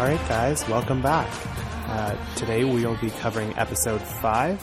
All right, guys, welcome back. Uh, today we'll be covering episode five,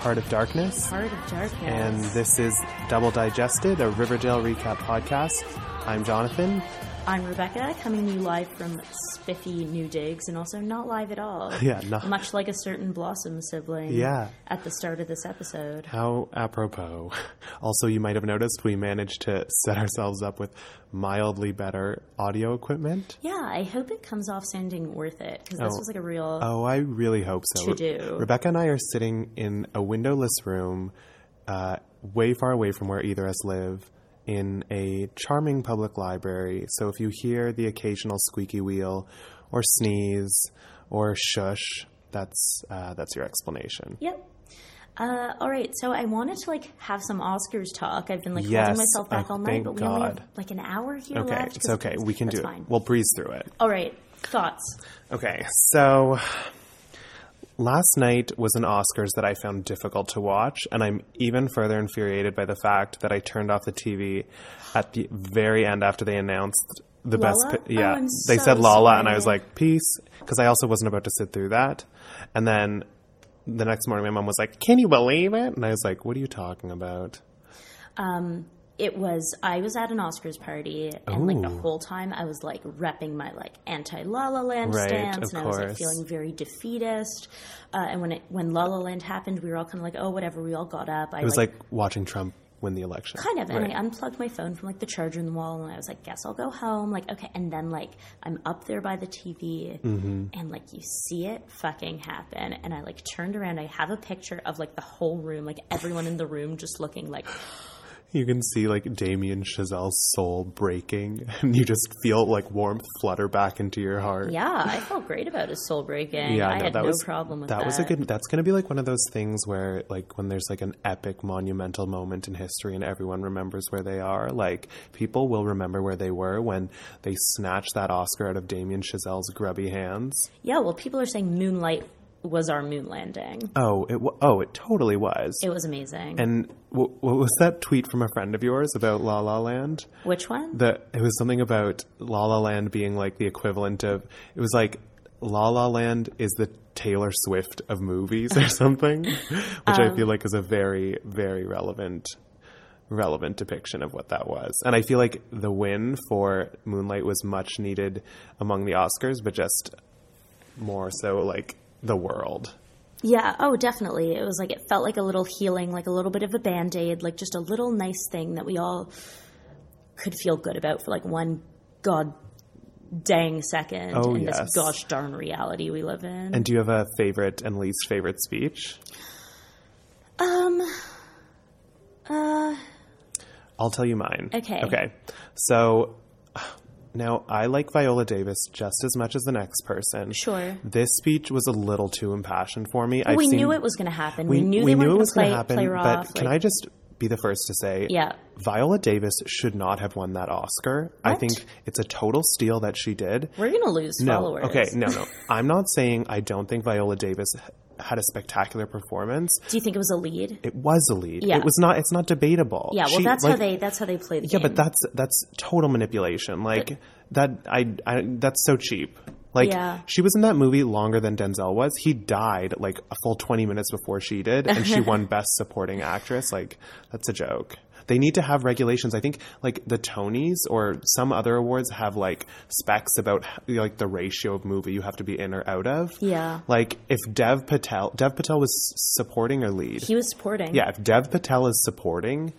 Heart of Darkness, Heart of Darkness. and this is Double Digested, a Riverdale recap podcast. I'm Jonathan. I'm Rebecca, coming to you live from spiffy New Digs, and also not live at all. Yeah, not- much like a certain Blossom sibling. Yeah. At the start of this episode, How apropos. Also, you might have noticed we managed to set ourselves up with mildly better audio equipment. yeah, I hope it comes off sounding worth it because this Oh. was like a real. Oh, I really hope so. To do. Rebecca and I are sitting in a windowless room, uh, way far away from where either of us live, in a charming public library. So if you hear the occasional squeaky wheel, or sneeze, or shush, that's uh, that's your explanation. Yep. Uh, all right, so I wanted to like have some Oscars talk. I've been like Yes, holding myself back oh, all night, thank but we only have God. like an hour here Okay, left. it's okay. We can do That's fine. it. We'll breeze through it. all right, thoughts. Okay, so last night was an Oscars that I found difficult to watch, and I'm even further infuriated by the fact that I turned off the TV at the very end after they announced the Lala? best. pi- Oh, yeah, I'm they so said Lala, and I sorry. was like, peace, because I also wasn't about to sit through that. And then the next morning, my mom was like, "Can you believe it?" And I was like, "What are you talking about?" it was I was at an Oscars party and like the Ooh. whole time I was like repping my like anti La La Land Right, stance of and I was like course. feeling very defeatist. Uh, and when it when La La Land happened, we were all kind of like, oh whatever. We all got up. I It was like, watching Trump win the election. kind of and Right. I unplugged my phone from like the charger in the wall and I was like, guess I'll go home. Like okay, and then like I'm up there by the TV Mm-hmm. and like you see it fucking happen. And I like turned around. I have a picture of like the whole room, like everyone in the room just looking like. You can see like Damien Chazelle's soul breaking, and you just feel like warmth flutter back into your heart. Yeah, I felt great about his soul breaking. Yeah, I no, had that no was problem with that. that, was a good. That's going to be like one of those things where, like, when there's like an epic, monumental moment in history, and everyone remembers where they are. Like, people will remember where they were when they snatched that Oscar out of Damien Chazelle's grubby hands. Yeah, well, people are saying Moonlight was our moon landing. Oh, it. wa oh, it totally was. It was amazing. and w- what was that tweet from a friend of yours about La La Land? Which one? the it was something about La La Land being like the equivalent of it was like La La Land is the Taylor Swift of movies or something, which I feel like is a very very relevant relevant depiction of what that was. And I feel like the win for Moonlight was much needed among the Oscars, but just more so like the world. yeah, oh, definitely. It was like it felt like a little healing, like a little bit of a band aid, like just a little nice thing that we all could feel good about for like one god dang second Oh, in yes. this gosh darn reality we live in. And do you have a favorite and least favorite speech? um, uh, I'll tell you mine. Okay. Okay. So now I like Viola Davis just as much as the next person. Sure. This speech was a little too impassioned for me. I've we seen- knew it was going to happen. We, knew they we weren't knew it going was to play, going to happen. play her but off. can I just be the first to say? Yeah. Viola Davis should not have won that Oscar. I What? think it's a total steal that she did. We're gonna lose No. followers. Okay. No. No. I'm not saying I don't think Viola Davis h- had a spectacular performance. Do you think it was a lead? It was a lead. Yeah. It was not. It's not debatable. Yeah. Well, She- that's how like, they that's how they played. The Yeah, game. but that's that's total manipulation. Like that, I, I that's so cheap. Like Yeah. she was in that movie longer than Denzel was. He died like a full twenty minutes before she did, and she won Best Supporting Actress. Like that's a joke. They need to have regulations. I think like the Tonys or some other awards have like specs about like the ratio of movie you have to be in or out of. Yeah. Like if Dev Patel, Dev Patel was supporting or lead. he was supporting. Yeah, if Dev Patel is supporting,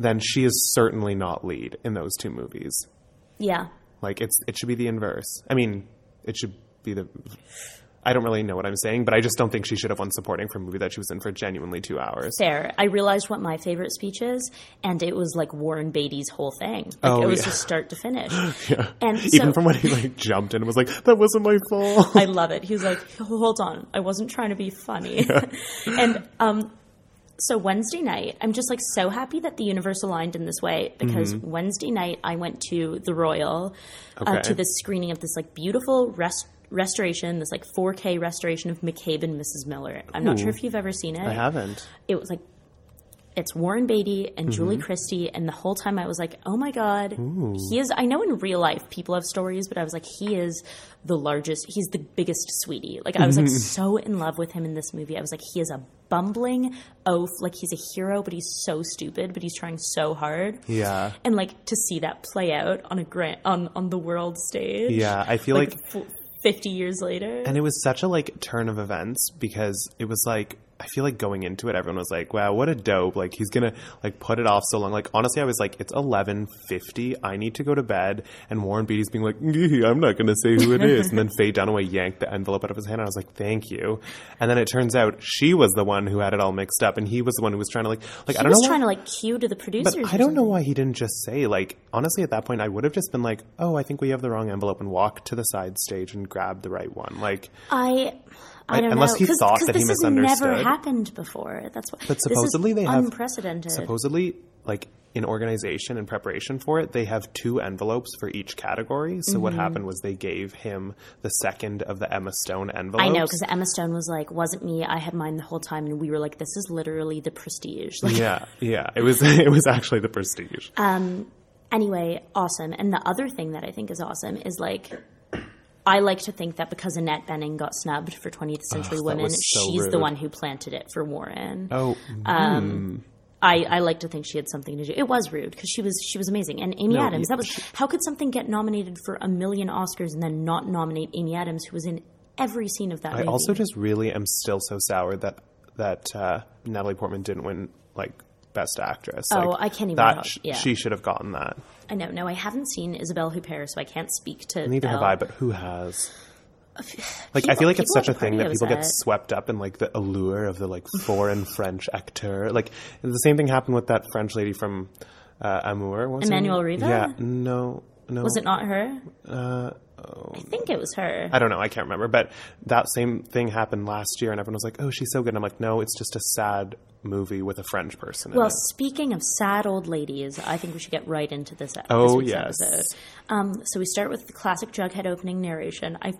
then she is certainly not lead in those two movies. Yeah. Like it's it should be the inverse. I mean, it should be the I don't really know what I'm saying, but I just don't think she should have won supporting for a movie that she was in for genuinely 2 hours. Fair. I realized what my favorite speech is, and it was like Warren Beatty's whole thing. Like, Oh, it was yeah. just start to finish. And so, Even from when he like jumped in and was like, "That wasn't my fault." I love it. He's like, hold on, I wasn't trying to be funny. and um, so Wednesday night, I'm just like so happy that the universe aligned in this way because Wednesday night I went to the Royal Okay. uh, to this screening of this like beautiful rest. Restoration, this like 4K restoration of McCabe and Mrs. Miller. I'm not sure if you've ever seen it. I haven't. It was like it's Warren Beatty Mm-hmm. and Julie Christie, and the whole time I was like, oh my god, he is. I know in real life people have stories, but I was like, he is the largest. He's the biggest sweetie. Like I was like Mm-hmm. so in love with him in this movie. I was like, he is a bumbling oaf. Like he's a hero, but he's so stupid, but he's trying so hard. Yeah. And like to see that play out on a grant on on the world stage. Yeah, I feel like f- fifty years later. And it was such a like turn of events because it was like I feel like going into it, everyone was like, "Wow, what a dope!" Like he's gonna like put it off so long. Like honestly, I was like, "It's eleven fifty. I need to go to bed." And Warren Beatty's being like, "Ngee, "I'm not gonna say who it is." and then Faye Dunaway yanked the envelope out of his hand, and I was like, "Thank you." And then it turns out she was the one who had it all mixed up, and he was the one who was trying to like like I I don't was know. why- trying to like cue to the producers. but or I don't know why he didn't just say like honestly at that point I would have just been like oh I think we have the wrong envelope and walked to the side stage and grabbed the right one like I I don't unless know he because thought that he this has never misunderstood. happened before. That's what. But supposedly this they is have- unprecedented. supposedly like in organization and preparation for it they have two envelopes for each category so Mm-hmm. what happened was they gave him the second of the Emma Stone envelopes I know because Emma Stone was like, "Wasn't me. I had mine the whole time," and we were like, "This is literally the prestige." Like, yeah yeah it was it was actually the prestige Uh, anyway, awesome. And the other thing that I think is awesome is like. I like to think that because Annette Benning got snubbed for 20th Century Ugh, that Women, was so she's the rude. one who planted it for Warren. oh I, I like to think she had something to do. It was rude because she was she was amazing. And Amy No, Adams, yeah, that was how could something get nominated for a million Oscars and then not nominate Amy Adams, who was in every scene of that I movie? also just really am still so sour that that uh, Natalie Portman didn't win like best actress Oh, Like, I can't even that help- sh- yeah. she should have gotten that I know. No, I haven't seen Isabelle Huppert, so I can't speak to. Neither have Elle. I, but who has? Like I People- feel like it's people at such a the thing party I that was people get at- swept up in like the allure of the like foreign French actor. Like the same thing happened with that French lady from uh, Amour. What was her Emmanuelle name? Riva? Yeah, no, no. Was it not her? Uh, oh. I think it was her. I don't know. I can't remember. But that same thing happened last year, and everyone was like, "Oh, she's so good." And I'm like, "No, it's just a sad movie with a French person." in Well, it. speaking of sad old ladies, I think we should get right into this, e- Oh, this week's yes. episode. Um, so we start with the classic Jughead opening narration. I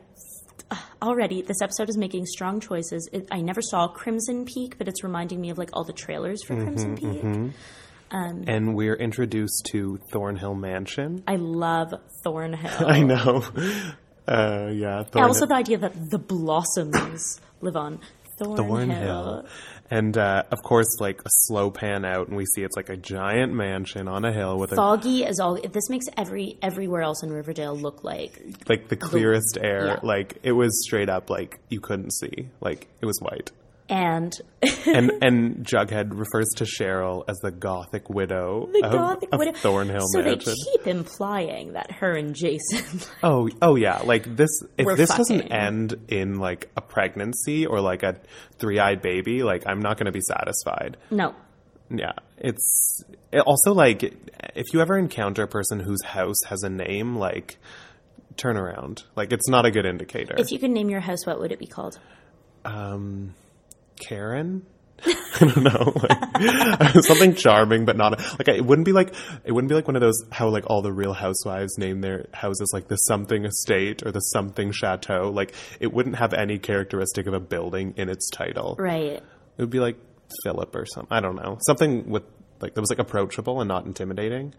uh, already this episode is making strong choices. It, I never saw Crimson Peak, but it's reminding me of like all the trailers Mm-hmm, for Crimson Peak. and we're introduced to Thornhill Mansion. I love Thornhill. I know. Uh, yeah. Thornhill. also, the idea that the blossoms live on Thornhill. Thornhill. And uh, of course, like a slow pan out, and we see it's like a giant mansion on a hill with a, Foggy as all. This makes every everywhere else in Riverdale look like like the clearest air. yeah. Like it was straight up, like you couldn't see. Like it was white. and And and Jughead refers to Cheryl as the Gothic widow the of, gothic of widow. Thornhill so Mansion. they keep implying that her and Jason. Oh, oh yeah. Like this. If We're this doesn't fucking. end in like a pregnancy or like a three-eyed baby, like I'm not going to be satisfied. no, Yeah, it's it also like if you ever encounter a person whose house has a name, like turn around. Like it's not a good indicator. if you could name your house, what would it be called? Karen. I don't know, like, something charming, but not like it wouldn't be like it wouldn't be like one of those how like all the Real Housewives name their houses like the something estate or the something chateau. Like it wouldn't have any characteristic of a building in its title. Right. It would be like Philip or something. I don't know, something with like that was like approachable and not intimidating.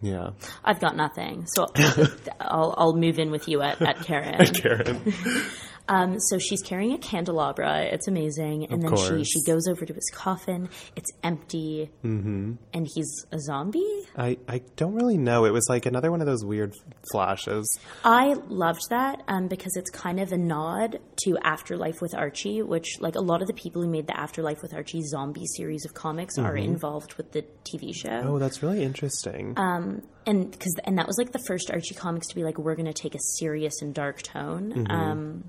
Yeah. I've got nothing, so I'll, I'll move in with you at, at Karen. Karen. Um, so she's carrying a candelabra. It's amazing. And then she, course. she goes over to his coffin. It's empty. Mm-hmm. And he's a zombie. I, I don't really know. It was like another one of those weird flashes. I loved that um, because it's kind of a nod to Afterlife with Archie, which, like, a lot of the people who made the Afterlife with Archie zombie series of comics are involved with the TV show. Mm-hmm. Oh, that's really interesting. and because and that was like the first Archie comics to be like we're going to take a serious and dark tone. Mm-hmm. Um,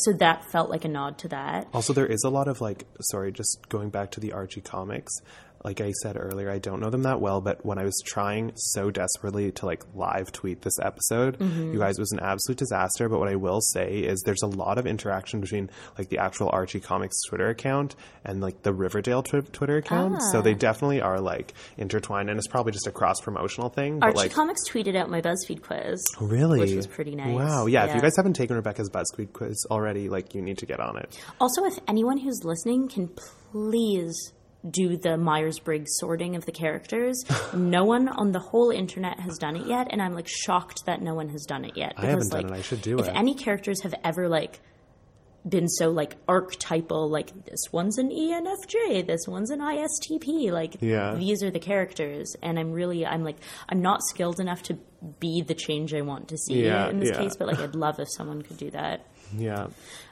so that felt like a nod to that. also, there is a lot of like, sorry, just going back to the Archie comics. Like I said earlier, I don't know them that well, but when I was trying so desperately to like live tweet this episode, Mm-hmm. you guys, it was an absolute disaster. But what I will say is there's a lot of interaction between like the actual Archie Comics Twitter account and like the Riverdale tw- Twitter account. So Ah. they definitely are like intertwined, and it's probably just a cross promotional thing. but Archie like, comics tweeted out my BuzzFeed quiz. Really? Which was pretty nice. Wow. Yeah, If Yeah. you guys haven't taken Rebecca's BuzzFeed quiz already, like you need to get on it. Also, if anyone who's listening can please do the Myers Briggs sorting of the characters. no one on the whole internet has done it yet, and I'm like shocked that no one has done it yet. I haven't done it. I should do if it. any characters have ever like been so like archetypal, like this one's an E ENFJ, this one's an ISTP, like Yeah. these are the characters, and I'm really I'm like I'm not skilled enough to be the change I want to see Yeah, in this yeah. case, but like I'd love if someone could do that. yeah.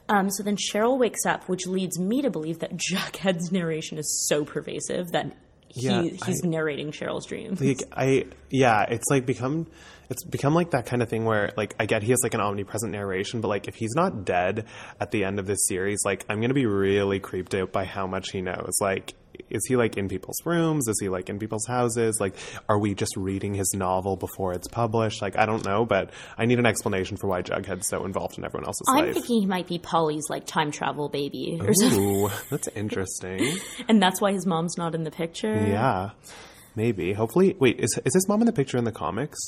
Um, so then Cheryl wakes up, which leads me to believe that Jughead's narration is so pervasive that he, Yeah, he's I- narrating Cheryl's dreams. Like, I yeah, it's like become it's become like that kind of thing where like I get he has like an omnipresent narration, but like if he's not dead at the end of this series, like I'm gonna be really creeped out by how much he knows. Like is he like in people's rooms? Is he like in people's houses? Like are we just reading his novel before it's published? Like I don't know, but I need an explanation for why Jughead's so involved in everyone else's I'm life. thinking he might be Polly's like time travel baby, Oh. or something, Ooh, that's interesting. and that's why his mom's not in the picture. Yeah. Maybe. Hopefully wait, is is his mom in the picture in the comics?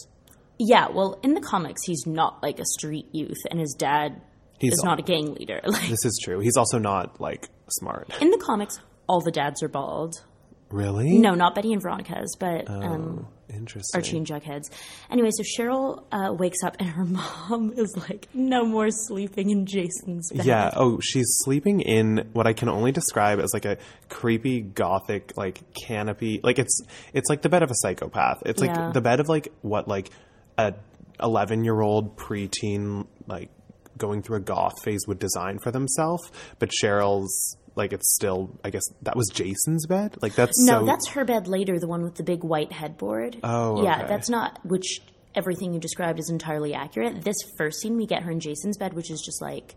Yeah, well, in the comics, he's not like a street youth, and his dad He's is not a gang leader. Like This is true. He's also not like smart. in the comics, all the dads are bald. Really? No, not Betty and Veronica's, but Oh, um, Interesting. Archie and Jughead's. Anyway, so Cheryl uh, wakes up, and her mom is like, "No more sleeping in Jason's bed." yeah. Oh, she's sleeping in what I can only describe as like a creepy gothic like canopy. Like it's it's like the bed of a psychopath. It's like Yeah. the bed of like what like a eleven year old preteen like going through a goth phase would design for themselves. But Cheryl's like it's still I guess that was Jason's bed. Like that's No, so that's her bed later, the one with the big white headboard. Oh, yeah, okay. that's not which. Everything you described is entirely accurate. This first scene, we get her in Jason's bed, which is just like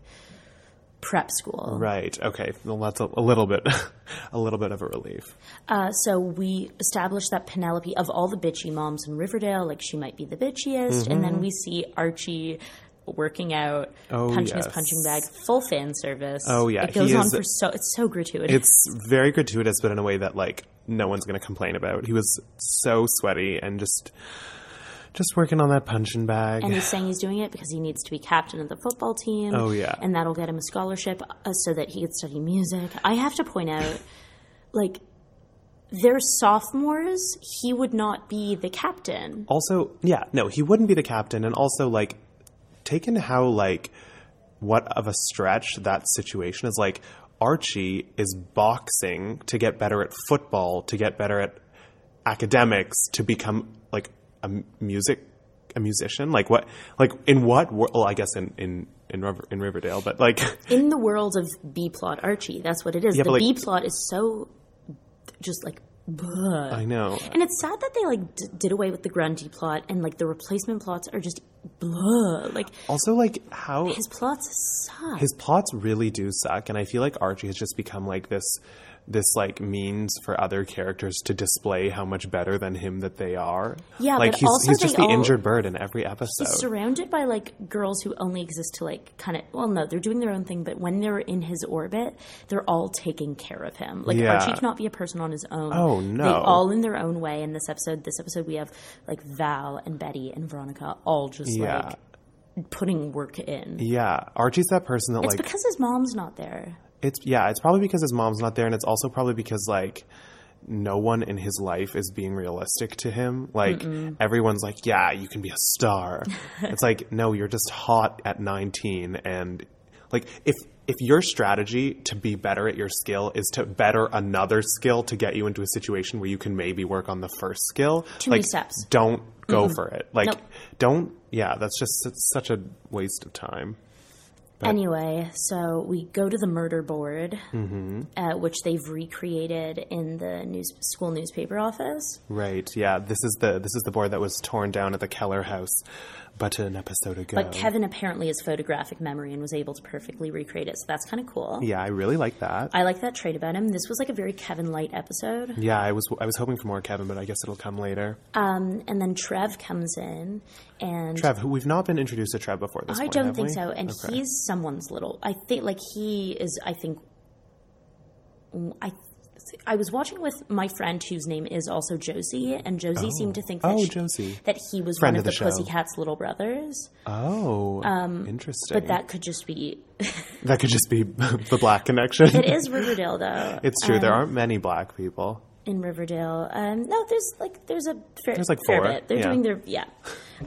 prep school. right. Okay, well, that's a, a little bit a little bit of a relief. Uh, so we establish that Penelope, of all the bitchy moms in Riverdale, like she might be the bitchiest. And then we see Archie working out, Mm-hmm. Oh, punching his yes. punching bag, full fan service. Oh, yeah, it goes he on is- for so it's so gratuitous. It's very gratuitous, but in a way that like no one's going to complain about. He was so sweaty and just just working on that punching bag. and he's saying he's doing it because he needs to be captain of the football team. Oh, yeah. and that'll get him a scholarship uh, so that he can study music. I have to point out, like, they're sophomores. He would not be the captain. also, yeah, no, he wouldn't be the captain. And also, like, taken how like what of a stretch that situation is. Like, Archie is boxing to get better at football, to get better at academics, to become like a m- music a musician. Like what? Like in what world? Well, I guess in in in, River- in Riverdale, but like. in the world of B plot Archie, that's what it is. the but, like- B plot is so just like. bleh. I know. And it's sad that they like d- did away with the Grundy plot, and like the replacement plots are just blah. Like Also, like how his plots suck. his plots really do suck, and I feel like Archie has just become like this, this like means for other characters to display how much better than him that they are. Yeah, like but he's also he's just they the all- injured bird in every episode. He's surrounded by like girls who only exist to like kind of well no they're doing their own thing but when they're in his orbit they're all taking care of him like Yeah. Archie cannot be a person on his own Oh, they no. all in their own way in this episode this episode we have like Val and Betty and Veronica all just yeah, like putting work in yeah. Archie's that person that it's like because his mom's not there it's yeah. It's probably because his mom's not there, and it's also probably because like. No one in his life is being realistic to him. Like everyone's like, "Yeah, you can be a star." it's like, "No, you're just hot at 19 and like if if your strategy to be better at your skill is to better another skill to get you into a situation where you can maybe work on the first skill, Too like many steps. don't go for it. Like Nope. don't yeah, that's just it's such a waste of time. Anyway, so we go to the murder board, Mm-hmm. uh, which they've recreated in the news school newspaper office. Right. Yeah, this is the this is the board that was torn down at the Keller house but an episode ago. But Kevin apparently is photographic memory and was able to perfectly recreate it, so that's kind of cool. yeah, I really like that. I like that trait about him. This was like a very Kevin light episode. yeah, I was I was hoping for more Kevin, but I guess it'll come later. Um, and then Trev comes in, and Trev, who we've not been introduced to Trev before this I point, don't have think we? so. And Okay. he's someone's little. I think like he is. I think I I was watching with my friend whose name is also Josie, and Josie seemed to think that, Oh, she- Josie. that he was Friend one of of, the the, show. Pussycat's little brothers. Oh, interesting. um, But that could just be. that could just be the black connection. it is um, Riverdale, though. It's true. there aren't many black people. in Riverdale. Um, no, there's like there's a fair, There's, like, fair four, bit. They're yeah. doing their yeah.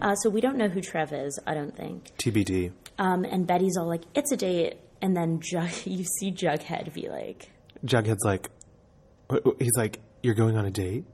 Uh, so we don't know who Trev is. I don't think. TBD. Um, and Betty's all like, "It's a date," and then Jug- you see Jughead be like, Jughead's like, wh- wh- he's like, you're going on a date?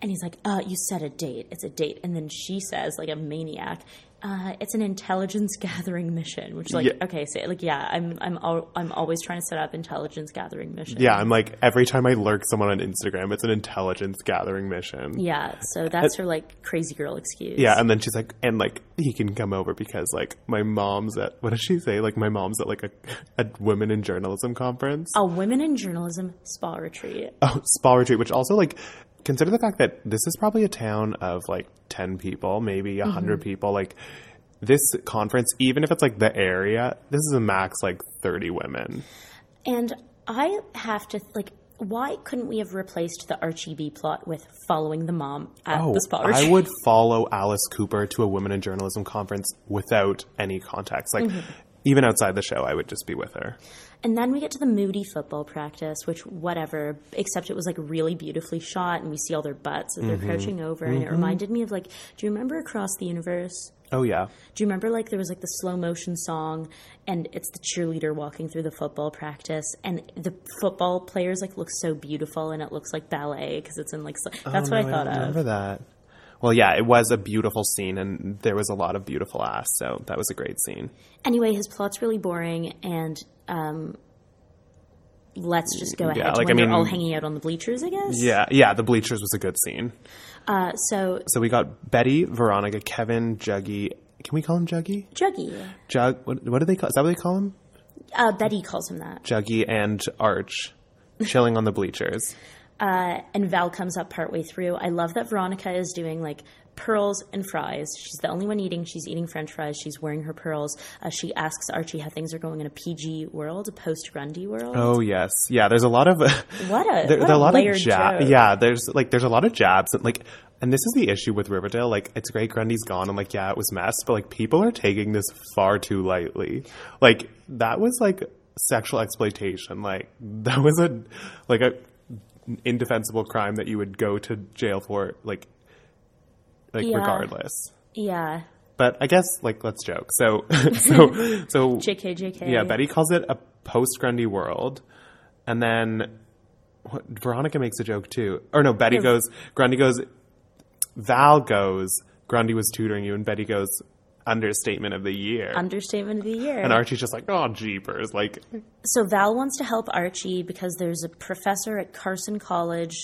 and he's like, "Uh, you said a date. It's a date." And then she says, like a maniac. Uh, it's an intelligence gathering mission, which like Yeah. okay, say like yeah, I'm I'm al- I'm always trying to set up intelligence gathering missions. Yeah, I'm like, every time I lurk someone on Instagram, it's an intelligence gathering mission. yeah. So that's her like crazy girl excuse. Uh, Yeah, and then she's like, and like he can come over because like my mom's at what does she say? Like my mom's at like a, a women in journalism conference, a women in journalism spa retreat. oh, spa retreat, which also like consider the fact that this is probably a town of like ten people, maybe 100 people. Like this conference, even if it's like the area, this is a max like thirty women. And I have to like, why couldn't we have replaced the Archie B plot with following the mom at Oh, the spa I retreat? would follow Alice Cooper to a women in journalism conference without any context, like. Even outside the show, I would just be with her. And then we get to the moody football practice, which whatever, except it was like really beautifully shot, and we see all their butts as they're Mm-hmm. crouching over, and it reminded me of like, do you remember Across the Universe? Oh yeah, Do you remember like there was like the slow motion song and it's the cheerleader walking through the football practice and the football players like look so beautiful and it looks like ballet because it's in like so, that's Oh, what no, I thought don't of. Remember that? Well, yeah, it was a beautiful scene, and there was a lot of beautiful ass. So that was a great scene. anyway, his plot's really boring, and um, let's just go ahead to like, when I mean- they're all hanging out on the bleachers, I guess. Yeah, yeah, the bleachers was a good scene. Uh, so So we got Betty, Veronica, Kevin, Juggy. Can we call him Juggy? Juggy, Jug. What, what do they call? Is that what they call him? uh, Betty calls him that, Juggy and Arch, chilling on the bleachers. uh, and Val comes up partway through. I love that Veronica is doing like pearls and fries. She's the only one eating. She's eating French fries. She's wearing her pearls. Uh, she asks Archie how things are going in a PG world, a post Grundy world. Oh yes, yeah. There's a lot of What a, there, what there are a lot layered of jab. joke. Yeah, there's like there's a lot of jabs and like. And this is the issue with Riverdale. Like, it's great Grundy's gone, and like, yeah, it was mess, but like, people are taking this far too lightly. Like, that was like sexual exploitation. Like, that was a like a indefensible crime that you would go to jail for. Like, like Yeah. regardless. yeah. But I guess like, let's joke. So, so, so JK, JK. yeah, Betty calls it a post Grundy world, and then what, Veronica makes a joke too. Or no, Betty Yeah. goes. Grundy goes. Val goes. Grundy was tutoring you, and Betty goes. Understatement of the year. Understatement of the year. and Archie's just like, oh, jeepers! Like, so Val wants to help Archie because there's a professor at Carson College,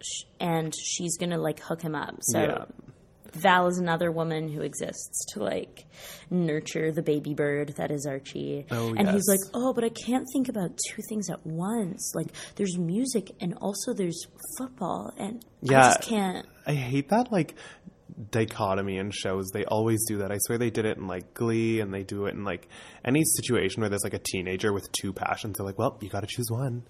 sh- and she's gonna like hook him up. So yeah, Val is another woman who exists to like nurture the baby bird that is Archie. Oh, and he's yes. like, "Oh, but I can't think about two things at once. Like there's music and also there's football and I Yeah. just can't." I hate that like dichotomy in shows. They always do that. I swear they did it in like Glee, and they do it in like any situation where there's like a teenager with two passions. They're like, well, you got to choose one.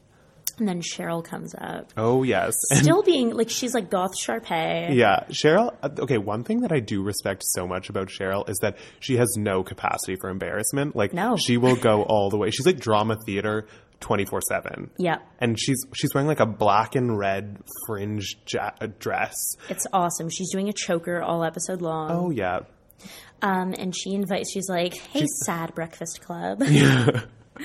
And then Cheryl comes up. Oh yes, Still being like she's like goth Sharpay. Yeah, Cheryl. uh, Okay, one thing that I do respect so much about Cheryl is that she has no capacity for embarrassment. Like, No. she will go all the way. She's like drama theater twenty four seven. Yeah. and she's she's wearing like a black and red fringe ja- uh, dress. It's awesome. She's doing a choker all episode long. Oh yeah, Um, and she invites, she's like, hey, sad breakfast club.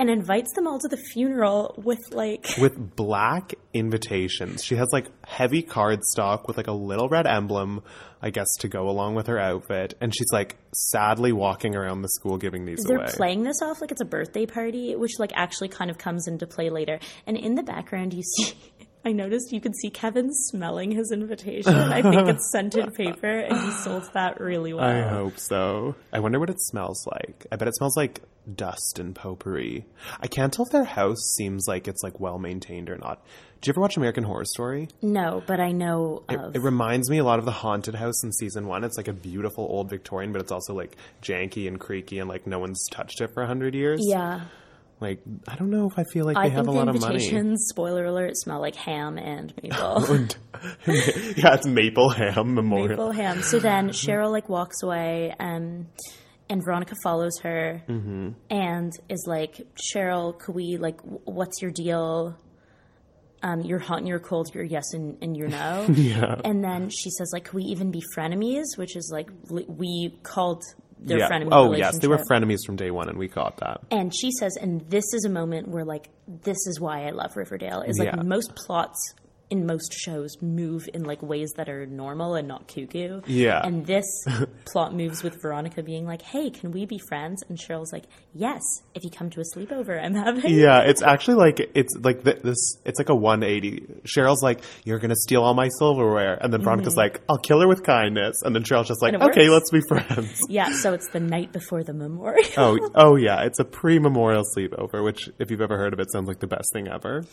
and invites them all to the funeral with, like, with black invitations. She has like heavy cardstock with like a little red emblem, I guess, to go along with her outfit. And she's like sadly walking around the school giving these they're away. playing this off like it's a birthday party, which, like, actually kind of comes into play later. And in the background, you see. I noticed you could see Kevin smelling his invitation. I think it's scented paper, and he sold that really well. I hope so. I wonder what it smells like. I bet it smells like dust and potpourri. I can't tell if their house seems like it's like well maintained or not. Did you ever watch American Horror Story? No, but I know uh, of. It reminds me a lot of the haunted house in season one. It's like a beautiful old Victorian, but it's also like janky and creaky and like no one's touched it for a hundred years. yeah. Like I don't know if I feel like they I have think a the lot of money. invitations, spoiler alert, smell like ham and maple. And- yeah, it's Maple Ham Memorial. maple ham. So then Cheryl like walks away, um, and Veronica follows her Mm-hmm. and is like, Cheryl, could we like, w- what's your deal? Um, you're hot and you're cold. You're yes and, and you're no. Yeah. And then she says like, could we even be frenemies? Which is like li- we called their yeah. frenemy. Oh yes, they were relationship. frenemies from day one, and we caught that. And she says, and this is a moment where like this is why I love Riverdale. Is like Yeah. most plots in most shows move in like ways that are normal and not cuckoo. Yeah. And this plot moves with Veronica being like, Hey, can we be friends? And Cheryl's like, Yes, if you come to a sleepover I'm having Yeah, it's actually like it's like th- this. It's like a one eighty. Cheryl's like, "You're gonna steal all my silverware," and then Veronica's Mm-hmm. like, "I'll kill her with kindness," and then Cheryl's just like, And it "Okay, let's works. be friends." Yeah, so it's the night before the memorial. oh, oh yeah, it's a pre-memorial sleepover, which if you've ever heard of it, sounds like the best thing ever.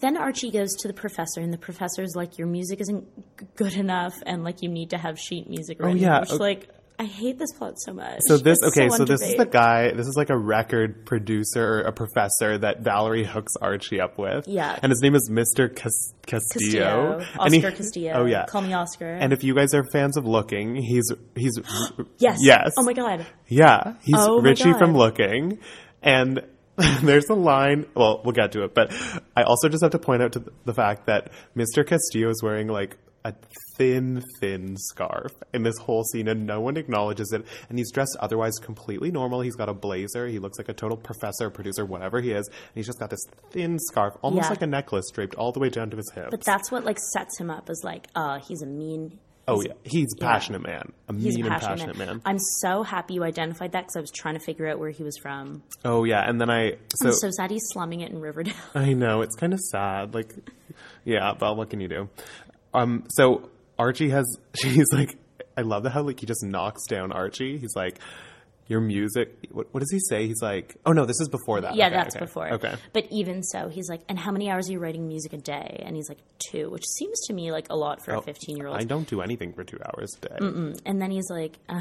Then Archie goes to the professor, and the professor's like, "Your music isn't g- good enough, and like you need to have sheet music." Written, Oh, yeah, which, okay. like I hate this plot so much. So this, It's okay, so, this is the underbaked. guy. This is like a record producer, or a professor that Valerie hooks Archie up with. Yeah. and his name is Mister Cas- Castillo. Castillo, And he- Oscar Castillo. Oh yeah. call me Oscar. and if you guys are fans of Looking, he's he's yes, yes. Oh my god, Yeah, he's Oh my Richie from God. Looking, and there's a line. Well, we'll get to it, but I also just have to point out to th- the fact that Mr. Castillo is wearing like a thin, thin scarf in this whole scene, and no one acknowledges it. And he's dressed otherwise completely normal. He's got a blazer. He looks like a total professor, producer, whatever he is. And he's just got this thin scarf, almost Yeah. like a necklace, draped all the way down to his hips. but that's what like sets him up as like, uh, he's a mean. oh yeah, he's a passionate man, a He's mean a and passionate, passionate man. man. I'm so happy you identified that because I was trying to figure out where he was from. Oh yeah, and then I so I'm so sad he's slumming it in Riverdale. I know it's kind of sad. Like, yeah, but what can you do? Um, so Archie has. She's like, I love that how like he just knocks down Archie. He's like, your music. What, what does he say? He's like, oh no, this is before that. Yeah, Okay, that's okay, before. Okay. But even so, he's like, and how many hours are you writing music a day? And he's like, two, which seems to me like a lot Oh, for a 15 year I old. don't do anything for two hours a day. And then he's like, uh,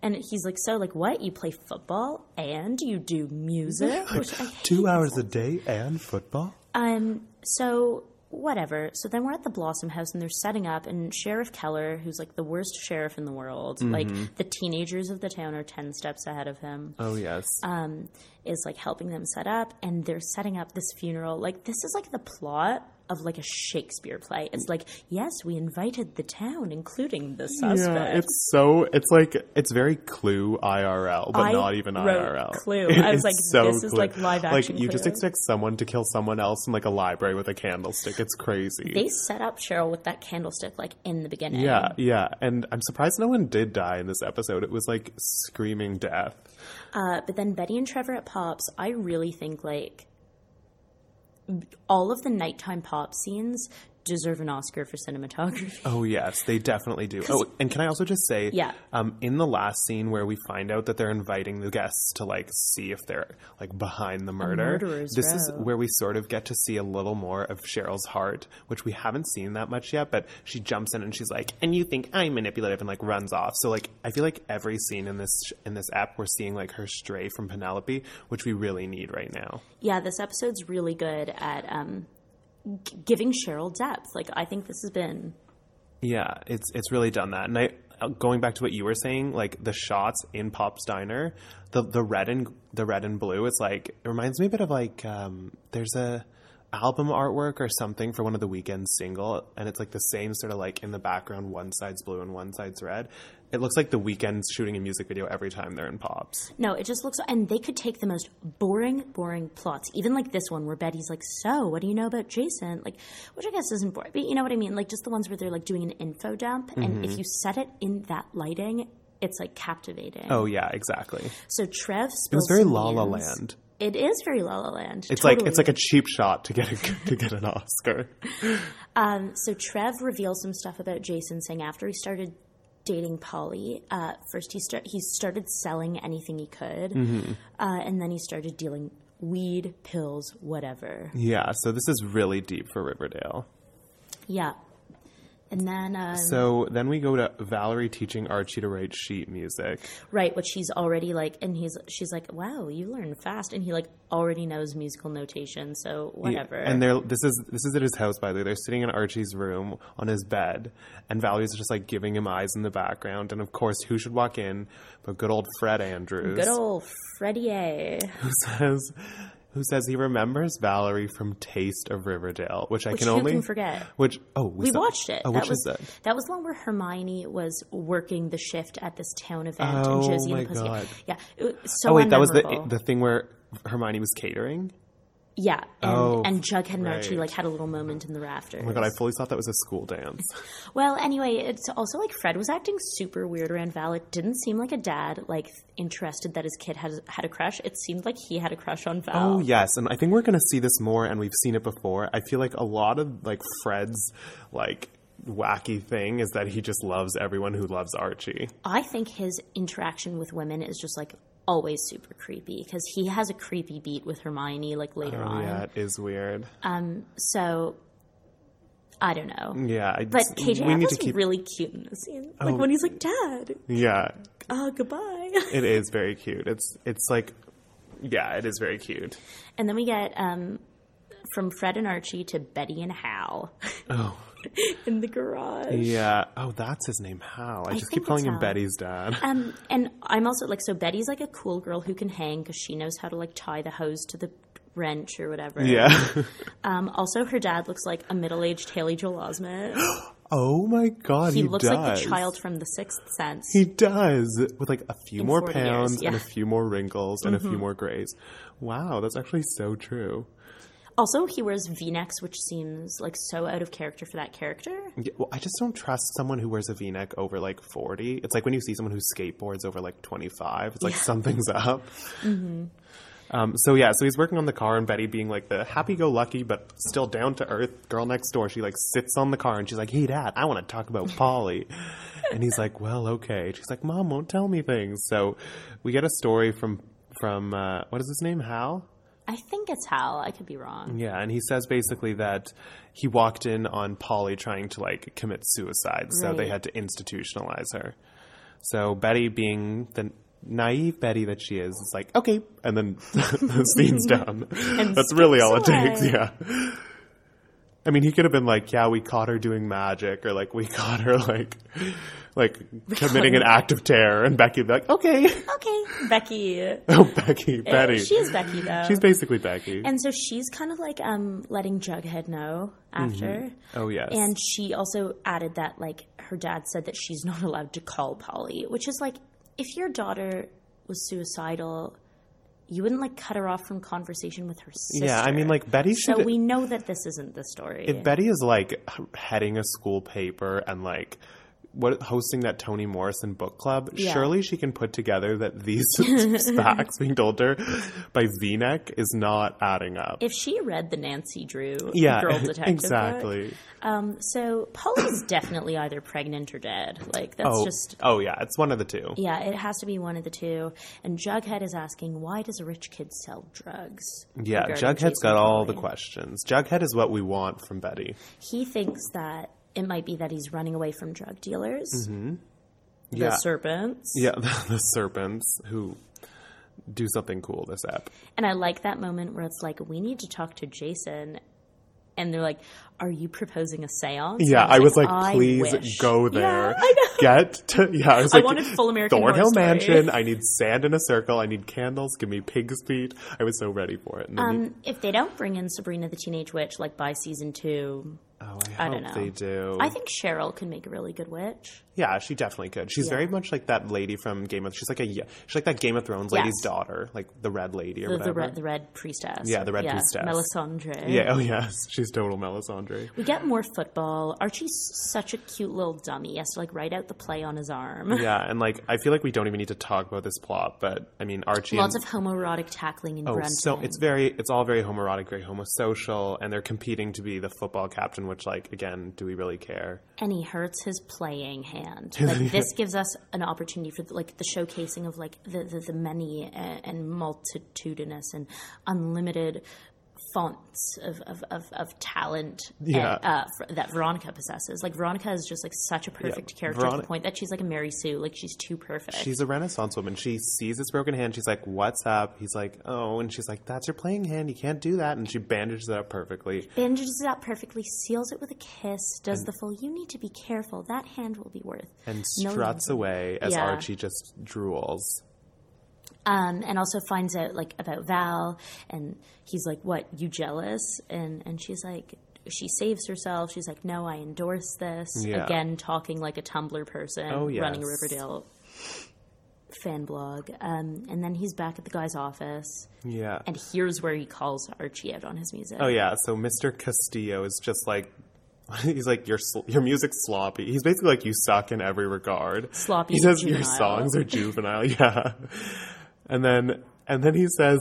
and he's like, so like what? You play football and you do music? Which I hate. Two hours a day and football. Um, so whatever. So then we're at the Blossom House and they're setting up, and Sheriff Keller, who's like the worst sheriff in the world, Mm-hmm. like the teenagers of the town are 10 steps ahead of him. Oh yes. is like helping them set up and they're setting up this funeral like this is like the plot of like a shakespeare play it's like yes we invited the town including the suspect yeah, it's so it's like it's very Clue IRL, but I not even wrote IRL. Clue. It I was is like, this is like live action Like you just Clue. expect someone to kill someone else in like a library with a candlestick. It's crazy. they set up cheryl with that candlestick like in the beginning yeah, yeah, and I'm surprised no one did die in this episode. It was like screaming death. Uh, but then Betty and Trevor at Pops, I really think like all of the nighttime pop scenes deserve an Oscar for cinematography. Oh yes, they definitely do. Oh, and can I also just say, Yeah. um, in the last scene where we find out that they're inviting the guests to like see if they're like behind the murder, murderer's this is row. where we sort of get to see a little more of Cheryl's heart, which we haven't seen that much yet. But she jumps in and she's like, "And you think I'm manipulative?" and like runs off. So like, I feel like every scene in this in this app, we're seeing like her stray from Penelope, which we really need right now. Yeah, this episode's really good at um, g- giving Cheryl depth. Like I think this has been Yeah, it's it's really done that. And I uh, going back to what you were saying, like the shots in Pop's Diner, the the red and the red and blue, it's like it reminds me a bit of like um, there's a album artwork or something for one of the weekend single and it's like the same sort of like in the background one side's blue and one side's red. It looks like the weekend's shooting a music video every time they're in Pop's. No, it just looks, and they could take the most boring, boring plots, even like this one where Betty's like, "So, what do you know about Jason?" Like, which I guess isn't boring, but you know what I mean. Like, just the ones where they're like doing an info dump, and if you set it in that lighting, it's like captivating. Oh yeah, exactly. So Trev It spills was very some La La beans. Land. It is very La La Land. It's like it's like a cheap shot to get a, to get an Oscar. so Trev reveals some stuff about Jason, saying after he started dating Polly, uh, first he start he started selling anything he could, Mm-hmm. uh, and then he started dealing weed, pills, whatever. Yeah, so this is really deep for Riverdale. Yeah. And then, um, So then we go to Valerie teaching Archie to write sheet music. right, what she's already like, and he's she's like, "Wow, you learn fast," and he like already knows musical notation, so whatever. And they're this is this is at his house by the way. They're sitting in Archie's room on his bed, and Valerie's just like giving him eyes in the background. And of course, who should walk in but good old Fred Andrews, Good old Freddie. A. who says who says he remembers Valerie from Taste of Riverdale, which, I Which can who only can forget? Which oh we, We saw- watched it. Oh, that which was is that? was the one where Hermione was working the shift at this town event, Oh, and Josie my and the Pussycat. God. Yeah, it was so Oh wait, that was the unmemorable. the thing where Hermione was catering. yeah, and, Oh, and Jughead and Archie right. like had a little moment in the rafters. Oh my god, I fully thought that was a school dance. Well, anyway, it's also like Fred was acting super weird around Val. It didn't seem like a dad like interested that his kid had had a crush. It seemed like he had a crush on Val. Oh yes, and I think we're gonna see this more, and we've seen it before. I feel like a lot of like Fred's like wacky thing is that he just loves everyone who loves Archie. I think his interaction with women is just like always super creepy because he has a creepy beat with Hermione like later on. Oh, Yeah, it is weird. Uh, So I don't know. yeah, I, But KJ Mm, we need Apple's to keep. Oh. really cute in the scene. Like when he's like, "Dad, yeah, ah, goodbye." it is very cute. It's it's like, yeah, it is very cute. and then we get um, from Fred and Archie to Betty and Hal Oh in the garage. yeah. Oh, that's his name. How I, just think keep calling that's him how. Betty's dad. Um, and I'm also like, so Betty's like a cool girl who can hang because she knows how to like tie the hose to the wrench or whatever. yeah. Um, also, her dad looks like a middle-aged Haley Joel Osment. oh my god, he, He, looks does. like the child from The Sixth Sense. He does with like a few more 40 years, pounds and a yeah. Mm-hmm. few more wrinkles and a few more grays. Wow, that's actually so true. also, he wears V-necks, which seems like so out of character for that character. Yeah, well, I just don't trust someone who wears a V-neck over like forty. It's like when you see someone who skateboards over like twenty-five. It's like something's up. Um, so yeah, so he's working on the car, and Betty, being like the happy-go-lucky but still down-to-earth girl next door, she like sits on the car and she's like, "Hey, Dad, I want to talk about Polly," and he's like, "Well, okay." She's like, "Mom, won't tell me things." So we get a story from from uh, what is his name? Hal. I think it's Hal. I could be wrong. Yeah, and he says basically that he walked in on Polly trying to like commit suicide, so they Right. had to institutionalize her. So Betty, being the naive Betty that she is, is like, okay, and then the scene's done. That's really all it takes. skips away. Yeah. I mean, he could have been like, yeah, we caught her doing magic, or like we caught her like like committing an act of terror, and Becky would be like, okay, Okay, Becky. oh Becky, Mm. Betty, She is Becky though. she's basically Becky. and so she's kind of like um, letting Jughead know after. oh yes, And she also added that, like, her dad said that she's not allowed to call Polly, which is like, if your daughter was suicidal, you wouldn't, like, cut her off from conversation with her sister. Yeah, I mean, like Betty should. So we know that this isn't the story. if Betty is like h- heading a school paper and like what hosting that Toni Morrison book club, Yeah. surely she can put together that these facts being told to her by V-neck is not adding up. if she read the Nancy Drew yeah, girl detective book, exactly. um, so Polly's definitely either pregnant or dead. Like that's Oh, just E oh yeah, it's one of the two. yeah, it has to be one of the two. And Jughead is asking, why does a rich kid sell drugs? Yeah, Regarding Jughead's Jason got all the Polly. questions. Jughead is what we want from Betty. he thinks that it might be that he's running away from drug dealers, Mm-hmm. Yeah, the serpents. yeah, the, the serpents who do something cool this app. And I like that moment where it's like, we need to talk to Jason. And they're like, are you proposing a seance? Yeah, And I was like, "I please wish." go there. Yeah, I know. Get to yeah. I was I like, wanted full American Thornhill Horror Story. Mansion. I need sand in a circle. I need candles. Give me pig's feet. I was so ready for it. And then Um, if they don't bring in Sabrina the Teenage Witch, like by season two, oh, I hope don't know. they do. I think Cheryl can make a really good witch. yeah, she definitely could. She's very much like that lady from Game of. She's like a ye- she's like that Game of Thrones Yes. lady's daughter, like the red lady or The, whatever. the, red, the red priestess. Yeah, the red priestess. Melisandre. yeah. Oh yes, she's total Melisandre. We get more football. Archie's such a cute little dummy. He has to like write out the play on his arm. Yeah, and like I feel like we don't even need to talk about this plot, but I mean Archie. Lots and, of homoerotic tackling and Oh, grunting. so it's very it's all very homoerotic, very homosocial, and they're competing to be the football captain, which like again, do we really care? and he hurts his playing hand. Like this gives us an opportunity for like the uh, showcasing of like the the, the many and, and multitudinous and unlimited fonts of, of, of, of talent Yeah. and, uh, fr- that Veronica possesses. Like Veronica is just like such a perfect character to Veroni- the point that she's like a Mary Sue. Like she's too perfect. She's a Renaissance woman. She sees this broken hand. She's like, "What's up?" He's like, "Oh," and she's like, "That's your playing hand. You can't do that." And she bandages it up perfectly. bandages it out perfectly, seals it with a kiss, does the full, you need to be careful, that hand will be worth. and No struts away as Yeah. Archie just drools. Um, and also finds out like about Val and he's like, What, you jealous? And and she's like she saves herself. She's like, No, I endorse this. Yeah. Again talking like a Tumblr person Oh, running a yes. Riverdale fan blog. Um, and then he's back at the guy's office Yeah. and here's where he calls Archie out on his music. oh yeah. So Mr. Castillo is just like. He's like your sl- your music's sloppy. He's basically like you suck in every regard. Sloppy He says your juvenile. songs are juvenile. Yeah. And then and then he says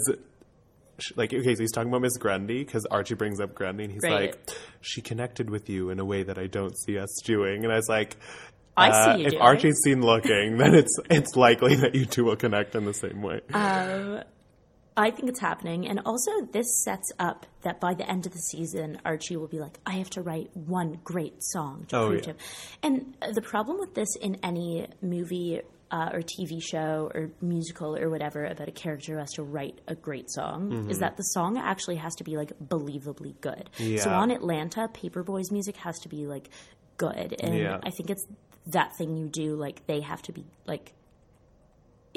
sh- like okay, so he's talking about Miss Grundy because Archie brings up Grundy and he's Right. like she connected with you in a way that I don't see us doing. And I was like I uh, see you if doing. Archie's seen looking, then it's it's likely that you two will connect in the same way. I think it's happening. And also, this sets up that by the end of the season, Archie will be like, I have to write one great song to Oh, prove yeah. to him. And uh, the problem with this in any movie uh, or TV show or musical or whatever about a character who has to write a great song Mm-hmm. is that the song actually has to be like believably good. So Yeah. on Atlanta, Paperboy's music has to be like good. And Yeah. I think it's that thing you do, like, they have to be like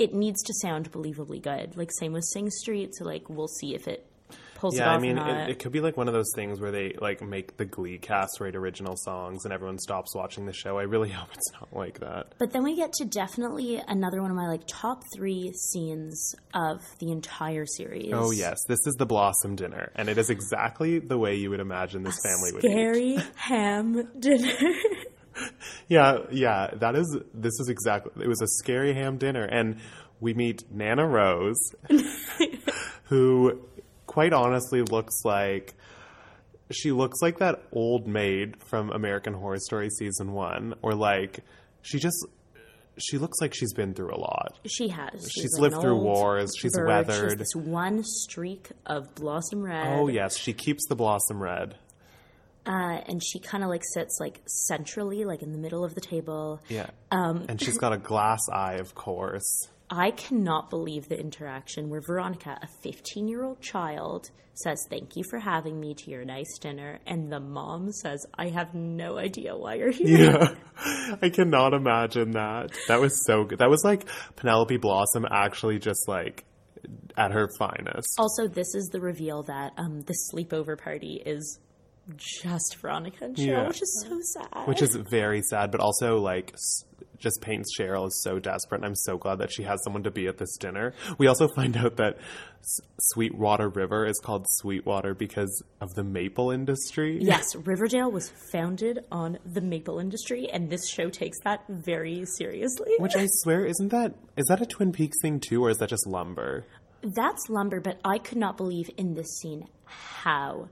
it needs to sound believably good. Like same with Sing Street, so like we'll see if it pulls it Yeah, off I mean, or not. it, it could be like one of those things where they like make the Glee cast write original songs, and everyone stops watching the show. I really hope it's not like that. but then we get to definitely another one of my like top three scenes of the entire series. Oh yes, this is the Blossom dinner, and it is exactly the way you would imagine this family would eat. Scary ham dinner. Yeah, yeah, that is. This is exactly. It was a scary ham dinner, and we meet Nana Rose, who, quite honestly, looks like. She looks like that old maid from American Horror Story season one, or like she just she looks like she's been through a lot. she has. She's, She's like, lived an through old wars, she's bird. She has weathered. this one streak of blossom red. Oh yes, she keeps the blossom red. Uh, and she kind of like sits like centrally, like in the middle of the table. Yeah. Um, and she's got a glass eye, of course. I cannot believe the interaction where Veronica, a 15 year old child, says, Thank you for having me to your nice dinner. And the mom says, I have no idea why you're here. Yeah. I cannot imagine that. That was so good. That was like Penelope Blossom actually just like at her finest. Also, this is the reveal that um, the sleepover party is just Veronica and Cheryl, Yeah. which is so sad. Which is very sad, but also like s- just paints Cheryl as so desperate. And I'm so glad that she has someone to be at this dinner. We also find out that S- Sweetwater River is called Sweetwater because of the maple industry. yes, Riverdale was founded on the maple industry, and this show takes that very seriously. Which I swear, isn't that is that a Twin Peaks thing too, or is that just lumber? That's lumber, but I could not believe in this scene how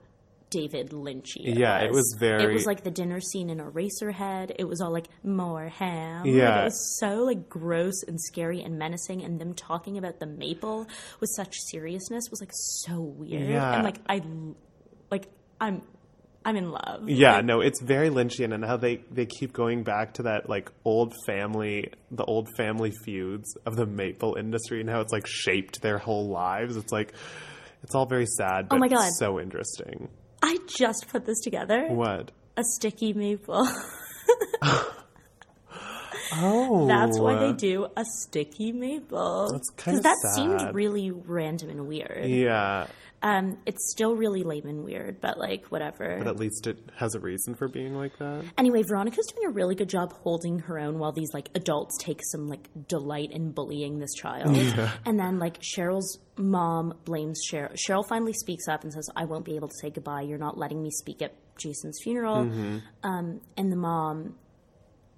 David Lynchy. Yeah, it was It very- was like the dinner scene in Eraserhead. It was all like more ham. Like, Yeah. it was so like gross and scary and menacing, and them talking about the maple with such seriousness was like so weird. Yeah. and like I, like I'm, I'm in love. Yeah, no, it's very Lynchian, and how they they keep going back to that like old family, the old family feuds of the maple industry, and how it's like shaped their whole lives. It's like it's all very sad, but my God. it's so interesting. I just put this together. What? A sticky maple. Oh, That's why they do a sticky maple. That's Because kinda that sad. seemed really random and weird. Yeah, Um, it's still really lame and weird, but like whatever. but uh, at least it has a reason for being like that. anyway, Veronica's doing a really good job holding her own while these like adults take some like delight in bullying this child. And then like Cheryl's mom blames Cheryl. Cheryl finally speaks up and says, "I won't be able to say goodbye. You're not letting me speak at Jason's funeral." Mm-hmm. Um, and the mom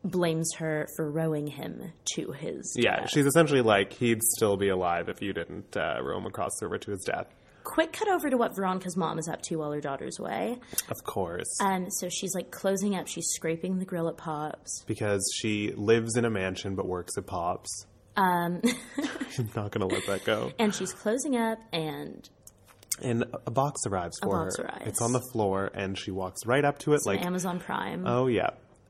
blames her for rowing him to his Yeah, she's essentially like he'd still be alive if you didn't uh, roam across the river to his death. quick cut over to what Veronica's mom is up to while her daughter's away. Of course. Um, so she's like closing up. She's scraping the grill at Pops. because she lives in a mansion but works at Pops. Um, I'm not gonna let that go. And she's closing up, and And a- a box arrives for box her. arrives. It's on the floor, and she walks right up to it, like, Amazon Prime. oh yeah.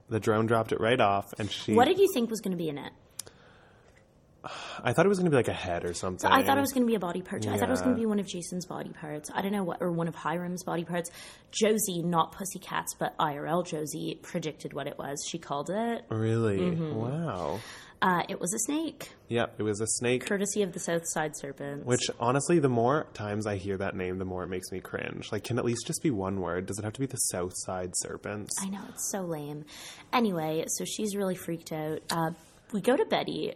The drone dropped it right off, and she. what did you think was going to be in it? I thought it was going to be like a head or something. I thought it was going to be a body part. too. I thought it was Yeah. going to be one of Jason's body parts. I don't know what, or one of Hiram's body parts. Josie, not Pussycats, but IRL Josie, predicted what it was. She called it. Really? Mm-hmm. Wow. Uh, it was a snake, Yep, it was a snake. courtesy of the South Side Serpents. Which honestly, the more times I hear that name, the more it makes me cringe. Like, can it at least just be one word? Does it have to be the South Side Serpents? I know, it's so lame. Anyway, so she's really freaked out. Uh, we go to Betty.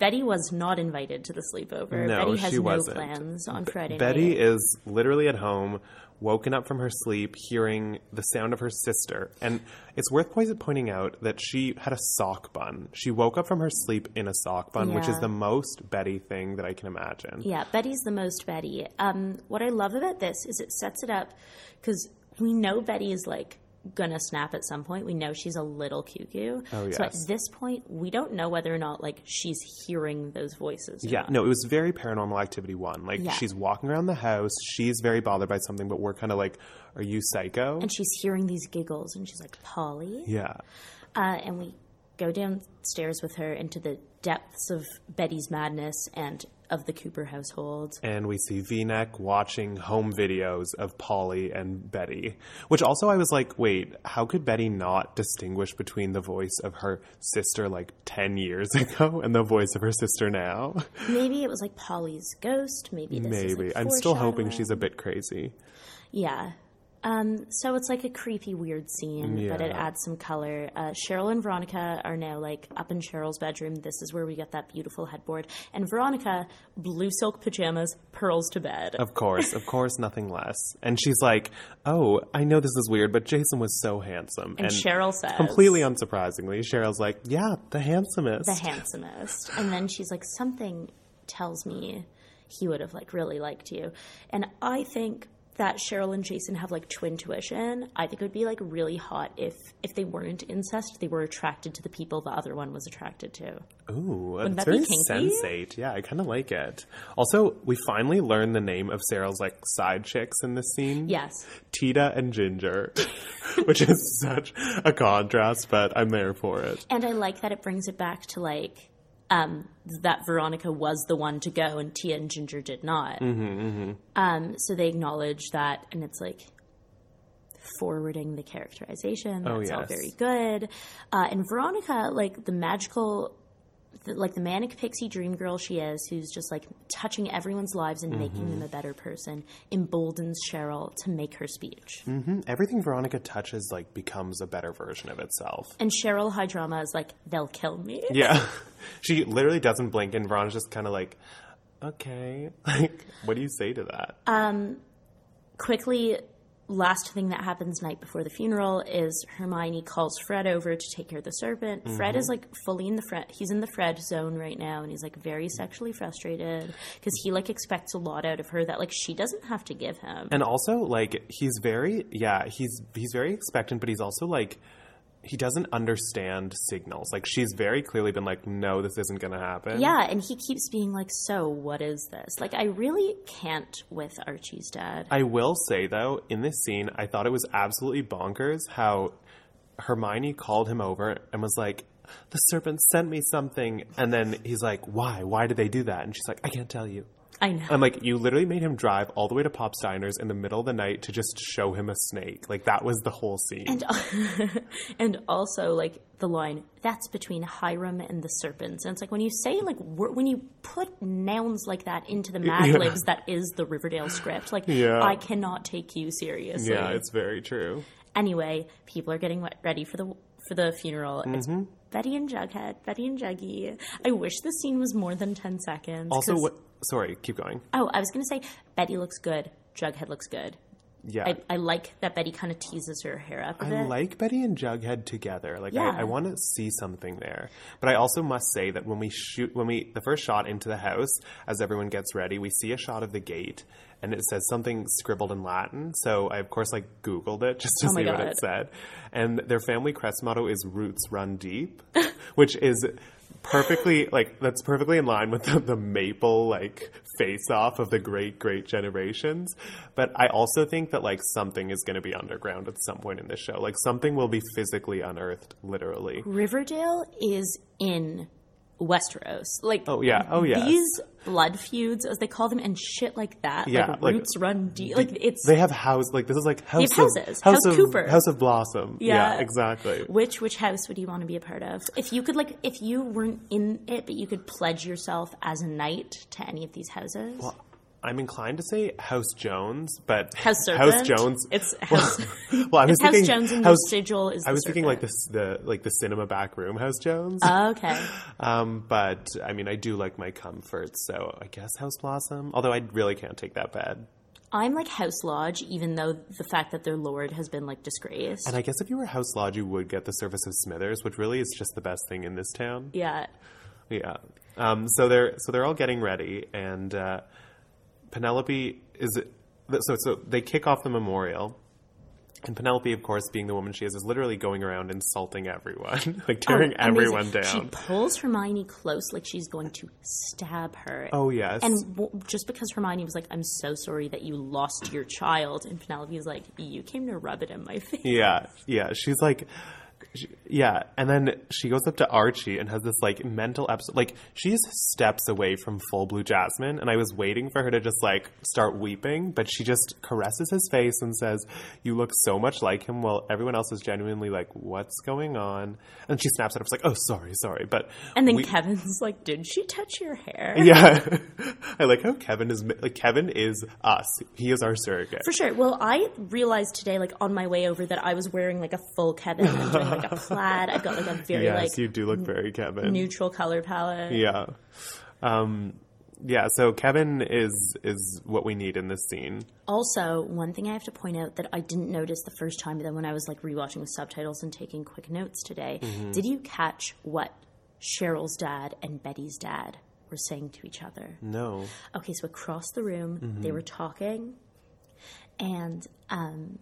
Betty was not invited to the sleepover. No, Betty has she no wasn't. plans on Friday Betty night. is literally at home, woken up from her sleep, hearing the sound of her sister. And it's worth pois- pointing out that she had a sock bun. She woke up from her sleep in a sock bun, which is Yeah. the most Betty thing that I can imagine. Yeah, Betty's the most Betty. Um, what I love about this is it sets it up because we know Betty is like gonna snap at some point. We know she's a little cuckoo. Oh, So at yes. this point, we don't know whether or not like she's hearing those voices. or Yeah, not. no, it was very paranormal activity one. Like Yeah. she's walking around the house, she's very bothered by something, but we're kind of like, "Are you psycho?" And she's hearing these giggles, and she's like, "Polly." yeah, Uh, and we go downstairs with her into the depths of Betty's madness and of the Cooper household. and we see V-neck watching home videos of Polly and Betty. Which also I was like, wait, how could Betty not distinguish between the voice of her sister like 10 years ago and the voice of her sister now? Maybe it was like Polly's ghost. Maybe this is, Maybe. like, I'm still hoping foreshadowing. she's a bit crazy. Yeah. Um, so it's like a creepy, weird scene, but it Yeah. adds some color. Uh, Cheryl and Veronica are now like up in Cheryl's bedroom. This is where we get that beautiful headboard. And Veronica, blue silk pajamas, pearls to bed. Of course, of course, nothing less. And she's like, "Oh, I know this is weird, but Jason was so handsome." And Cheryl says- completely unsurprisingly, Cheryl's like, "Yeah, the handsomest." the handsomest. And then she's like, something tells me he would have like really liked you. And I think that Cheryl and Jason have like twin tuition. I think it would be like really hot if if they weren't incest, they were attracted to the people the other one was attracted to. Ooh, it's that be very kinky? sensate. Yeah, I kind of like it. Also, we finally learn the name of Cheryl's like side chicks in this scene. Yes. Tita and Ginger, which is such a contrast, but I'm there for it. And I like that it brings it back to like um, that Veronica was the one to go and Tia and Ginger did not. Mm-hmm, Um, so they acknowledge that, and it's like forwarding the characterization. That's Oh, all yes. very good. Uh, and Veronica, like the magical. the- Like the manic pixie dream girl she is, who's just like touching everyone's lives and making them a better person, emboldens Cheryl to make her speech. hmm Everything Veronica touches like becomes a better version of itself. And Cheryl High Drama is like, they'll kill me. Yeah. she literally doesn't blink, and Ron's just kind of like, okay. Like, what do you say to that? quickly last thing that happens night before the funeral is hermione calls fred over to take care of the serpent Mm-hmm. fred is like fully in the fred he's in the fred zone right now and he's like very sexually frustrated because he like expects a lot out of her that like she doesn't have to give him and also, like, he's very, yeah, he's he's very expectant, but he's also like, he doesn't understand signals. Like, she's very clearly been like, no, this isn't going to happen. yeah and he keeps being like so what is this like i really can't with archie's dad I will say though, in this scene, I thought it was absolutely bonkers how Hermione called him over and was like, "The serpent sent me something," and then he's like, "Why? Why did they do that?" And she's like, "I can't tell you." i know I'm like, you literally made him drive all the way to Pop Steiner's in the middle of the night to just show him a snake. Like that was the whole scene. And, and also like the line that's between Hiram and the serpents, and it's like when you say like wor- when you put nouns like that into the Mad Yeah. Libs, that is the Riverdale script. Like Yeah. I cannot take you seriously. yeah, it's very true. anyway, people are getting wet- ready for the for the funeral. It's Mm-hmm. Betty and Jughead, Betty and Juggy. I wish the scene was more than ten seconds. Also, 'cause- what? Sorry, keep going. oh, I was gonna say Betty looks good, Jughead looks good. Yeah, I, I, I like that Betty kind of teases her hair up a bit. like Betty and Jughead together. Like, Yeah. I, I want to see something there. But I also must say that when we shoot, when we the first shot into the house, as everyone gets ready, we see a shot of the gate, and it says something scribbled in Latin. So I, of course, like Googled it just to Oh my see what God. it said. And their family crest motto is "Roots Run Deep," which is perfectly like that's perfectly in line with the, the maple like face off of the great great generations but i also think that like something is going to be underground at some point in this show like something will be physically unearthed literally Riverdale is in Westeros. Like, oh yeah oh yeah these blood feuds, as they call them, and shit like that. Yeah, like, like- roots run deep. Like, it's they have house like this is like house have of, houses. house House of Cooper. house of blossom yeah, Yeah. exactly which which house would you want to be a part of? If you could, like, if you weren't in it, but you could pledge yourself as a knight to any of these houses. i'm inclined to say house jones but House Serpent. house jones It's well, House, well, I was house thinking Jones and house, the sigil is. I was thinking like this. this the like the cinema back room house Jones. Uh. Okay. Um, but I mean I do like my comfort, so I guess House Blossom. Although I really can't take that bed. I'm like House Lodge, even though the fact that their lord has been like disgraced. And I guess if you were House Lodge you would get the service of Smithers, which really is just the best thing in this town. yeah. Yeah. Um, so they're so they're all getting ready and uh, Penelope is so so they kick off the memorial. And Penelope, of course, being the woman she is, is literally going around insulting everyone, like tearing Oh, amazing. everyone down. She pulls Hermione close like she's going to stab her. oh yes. And w- just because Hermione was like, I'm so sorry that you lost your child, and Penelope was like, You came to rub it in my face. Yeah, yeah. She's like, she, yeah. And then she goes up to Archie and has this like mental episode. Like she's steps away from full blue jasmine, and I was waiting for her to just like start weeping, but she just caresses his face and says, "You look so much like him." While everyone else is genuinely like, "What's going on?" And she snaps at him, like, "Oh, sorry, sorry," but And then we- Kevin's like, Did she touch your hair? yeah, I like how Kevin is like Kevin is us. He is our surrogate. For sure. Well, I realized today, like on my way over, that I was wearing like a full Kevin. I'm doing like a plaid. I've got like a very yes, like you do look very Kevin. neutral color palette. yeah um yeah so kevin is is what we need in this scene Also, one thing I have to point out that I didn't notice the first time, but then when I was like rewatching with subtitles and taking quick notes today, did you catch what Cheryl's dad and Betty's dad were saying to each other? no Okay, so across the room, they were talking, and um,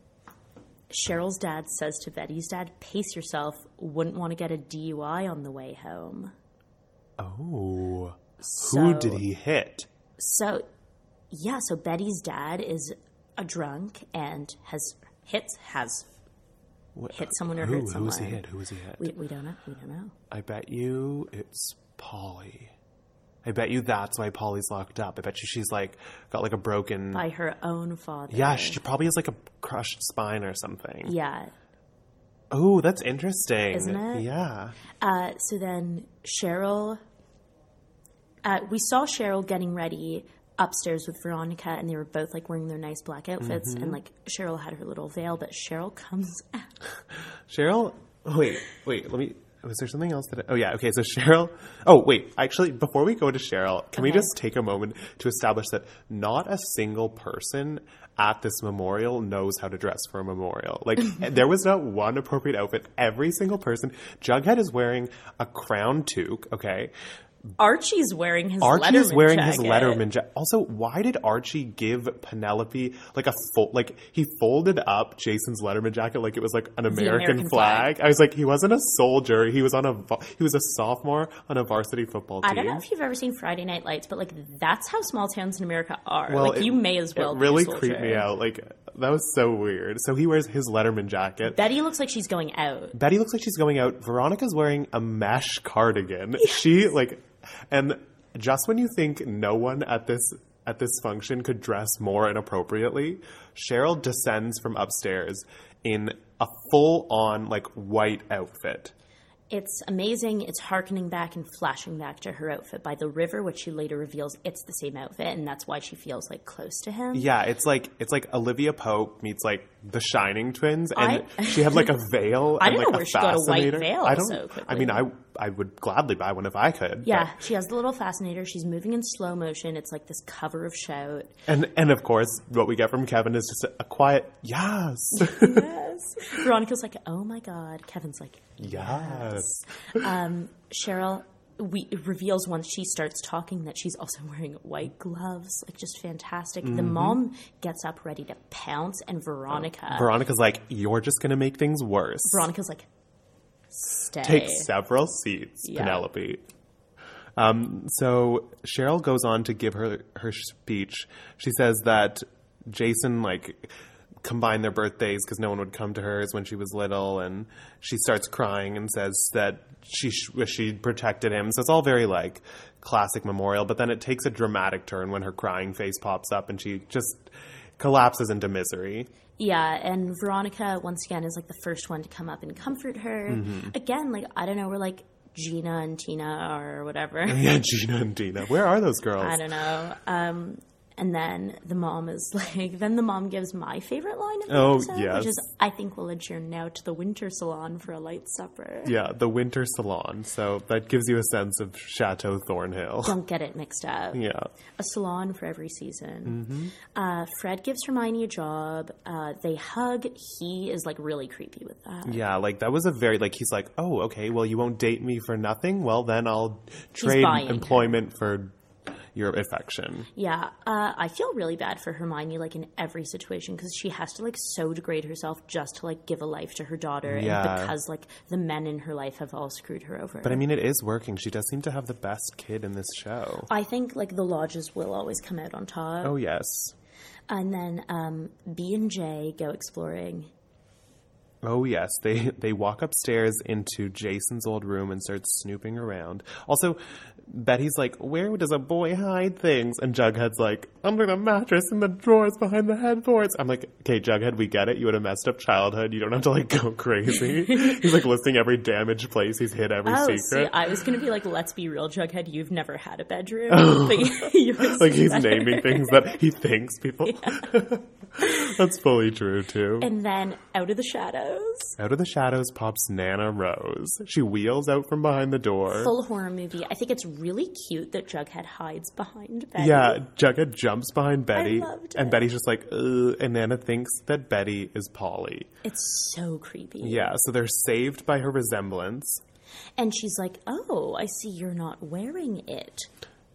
Cheryl's dad says to Betty's dad, Pace yourself, wouldn't want to get a DUI on the way home. oh So, who did he hit So, yeah, so Betty's dad is a drunk and has hits has What- uh, hit someone or who, hurt who was he someone. hit who was he hit we, we don't know we don't know. i bet you it's polly i bet you that's why polly's locked up i bet you she's like got like a broken By her own father. yeah she probably has like a crushed spine or something Yeah. oh that's interesting Isn't it? yeah Uh, so then Cheryl, uh, we saw Cheryl getting ready upstairs with Veronica, and they were both like wearing their nice black outfits, Mm-hmm. and like Cheryl had her little veil, but Cheryl comes out. Cheryl, oh, wait, wait, let me. Was there something else that? I, oh yeah, okay. So Cheryl. Oh wait, actually, before we go to Cheryl, can we Okay. just take a moment to establish that not a single person at this memorial knows how to dress for a memorial. Like there was not one appropriate outfit. Every single person. Jughead is wearing a crown toque. Okay. Archie's wearing his Archie is Letterman wearing his jacket. Letterman jacket. Also, why did Archie give Penelope like a fold? Like he folded up Jason's Letterman jacket like it was like an American, American flag. flag. I was like, he wasn't a soldier. He was on a va- he was a sophomore on a varsity football team. I don't know if you've ever seen Friday Night Lights, but like that's how small towns in America are. like it- you may as well It be a really soldier. creeped me out. Like that was so weird. So he wears his Letterman jacket. Betty looks like she's going out. Betty looks like she's going out. Veronica's wearing a mesh cardigan. She like, and just when you think no one at this at this function could dress more inappropriately, Cheryl descends from upstairs in a full on like white outfit. It's amazing. It's harkening back and flashing back to her outfit by the river, which she later reveals it's the same outfit, and that's why she feels like close to him. Yeah, it's like it's like Olivia Pope meets like the Shining twins, and I- she had like a veil. I and, don't like, know where she got a white fascinator. veil I don't. so I quickly. mean, I I would gladly buy one if I could. Yeah, but- she has the little fascinator. She's moving in slow motion. It's like this cover of shout. And and of course, what we get from Kevin is just a, a quiet yes, Yes. Veronica's like, oh my god. Kevin's like, yes. Cheryl we, reveals once she starts talking that she's also wearing white gloves. Like, just fantastic. The Mm-hmm. mom gets up ready to pounce, and Veronica. Veronica's like, you're just gonna make things worse. Veronica's like, stay. Take several seats, Yeah. Penelope. Um, so Cheryl goes on to give her her speech. She says that Jason like combined their birthdays because no one would come to hers when she was little, and she starts crying and says that she sh- wish she'd protected him. So it's all very like classic memorial. But then it takes a dramatic turn when her crying face pops up and she just collapses into misery. Yeah, and Veronica once again is like the first one to come up and comfort her. Mm-hmm. Again, like I don't know, we're like Gina and Tina or whatever. Yeah, Gina and Dina. Where are those girls? I don't know. Um, and then the mom is like, then the mom gives my favorite line of the Oh, episode, yes. which is, "I think we'll adjourn now to the winter salon for a light supper." Yeah, the Winter Salon. So that gives you a sense of Chateau Thornhill. Don't get it mixed up. Yeah. Mm-hmm. A salon for every season. Uh, Fred gives Hermione a job. Uh, they hug. He is like really creepy with that. Yeah, like that was a very like he's like, "Oh, okay, well you won't date me for nothing. Well, then I'll trade buying her. employment for your affection." Yeah, uh, I feel really bad for Hermione, like in every situation, because she has to like so degrade herself just to like give a life to her daughter, Yeah. and because like the men in her life have all screwed her over. But I mean, it is working. She does seem to have the best kid in this show. I think like the lodges will always come out on top, Oh, yes. and then um, B and J go exploring. Oh yes, they they walk upstairs into Jason's old room and start snooping around. Also, Betty's like, "Where does a boy hide things?" And Jughead's like, "Under the mattress, in the drawers, behind the headboards." I'm like, "Okay, Jughead, we get it. You had a messed up childhood. You don't have to like go crazy." he's like listing every damaged place he's hid, every Oh, see, secret. I was gonna be like, let's be real, Jughead, you've never had a bedroom, but yours like is he's better. naming things that he thinks people. That's fully true too. And then out of the shadows, out of the shadows pops Nana Rose. She wheels out from behind the door. full horror movie. I think it's really cute that Jughead hides behind Betty. Yeah, Jughead jumps behind Betty, loved and it. Betty's just like, Ugh, and Nana thinks that Betty is Polly. It's so creepy. Yeah, so they're saved by her resemblance. And she's like, Oh, I see you're not wearing it.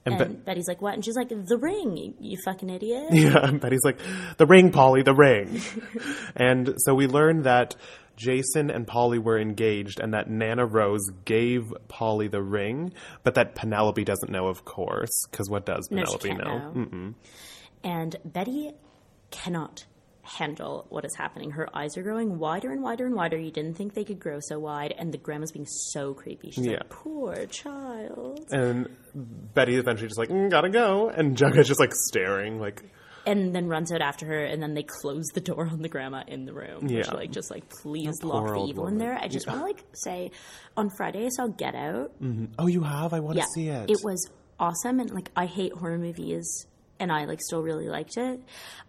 And And, Be- Betty's like, What? And she's like, The ring, you, you fucking idiot. Yeah, and Betty's like, the ring, Polly, the ring. and so we learn that Jason and Polly were engaged, and that Nana Rose gave Polly the ring, but that Penelope doesn't know, of course, because what does No, she Penelope Mm-hmm. can't know? know. and Betty cannot handle what is happening. Her eyes are growing wider and wider and wider. You didn't think they could grow so wide. And the grandma's being so creepy. She's Yeah. like, Poor child. And Betty eventually just like, "Mm, gotta go, and Jughead's just like staring, like, And then runs out after her. And then they close the door on the grandma in the room. Which, Yeah. like, just like, please poor lock the old evil in woman. there. I just want to, like, say on Friday, I saw Get Out. oh, you have? I want to see it. was awesome, and like I hate horror movies, and I like still really liked it.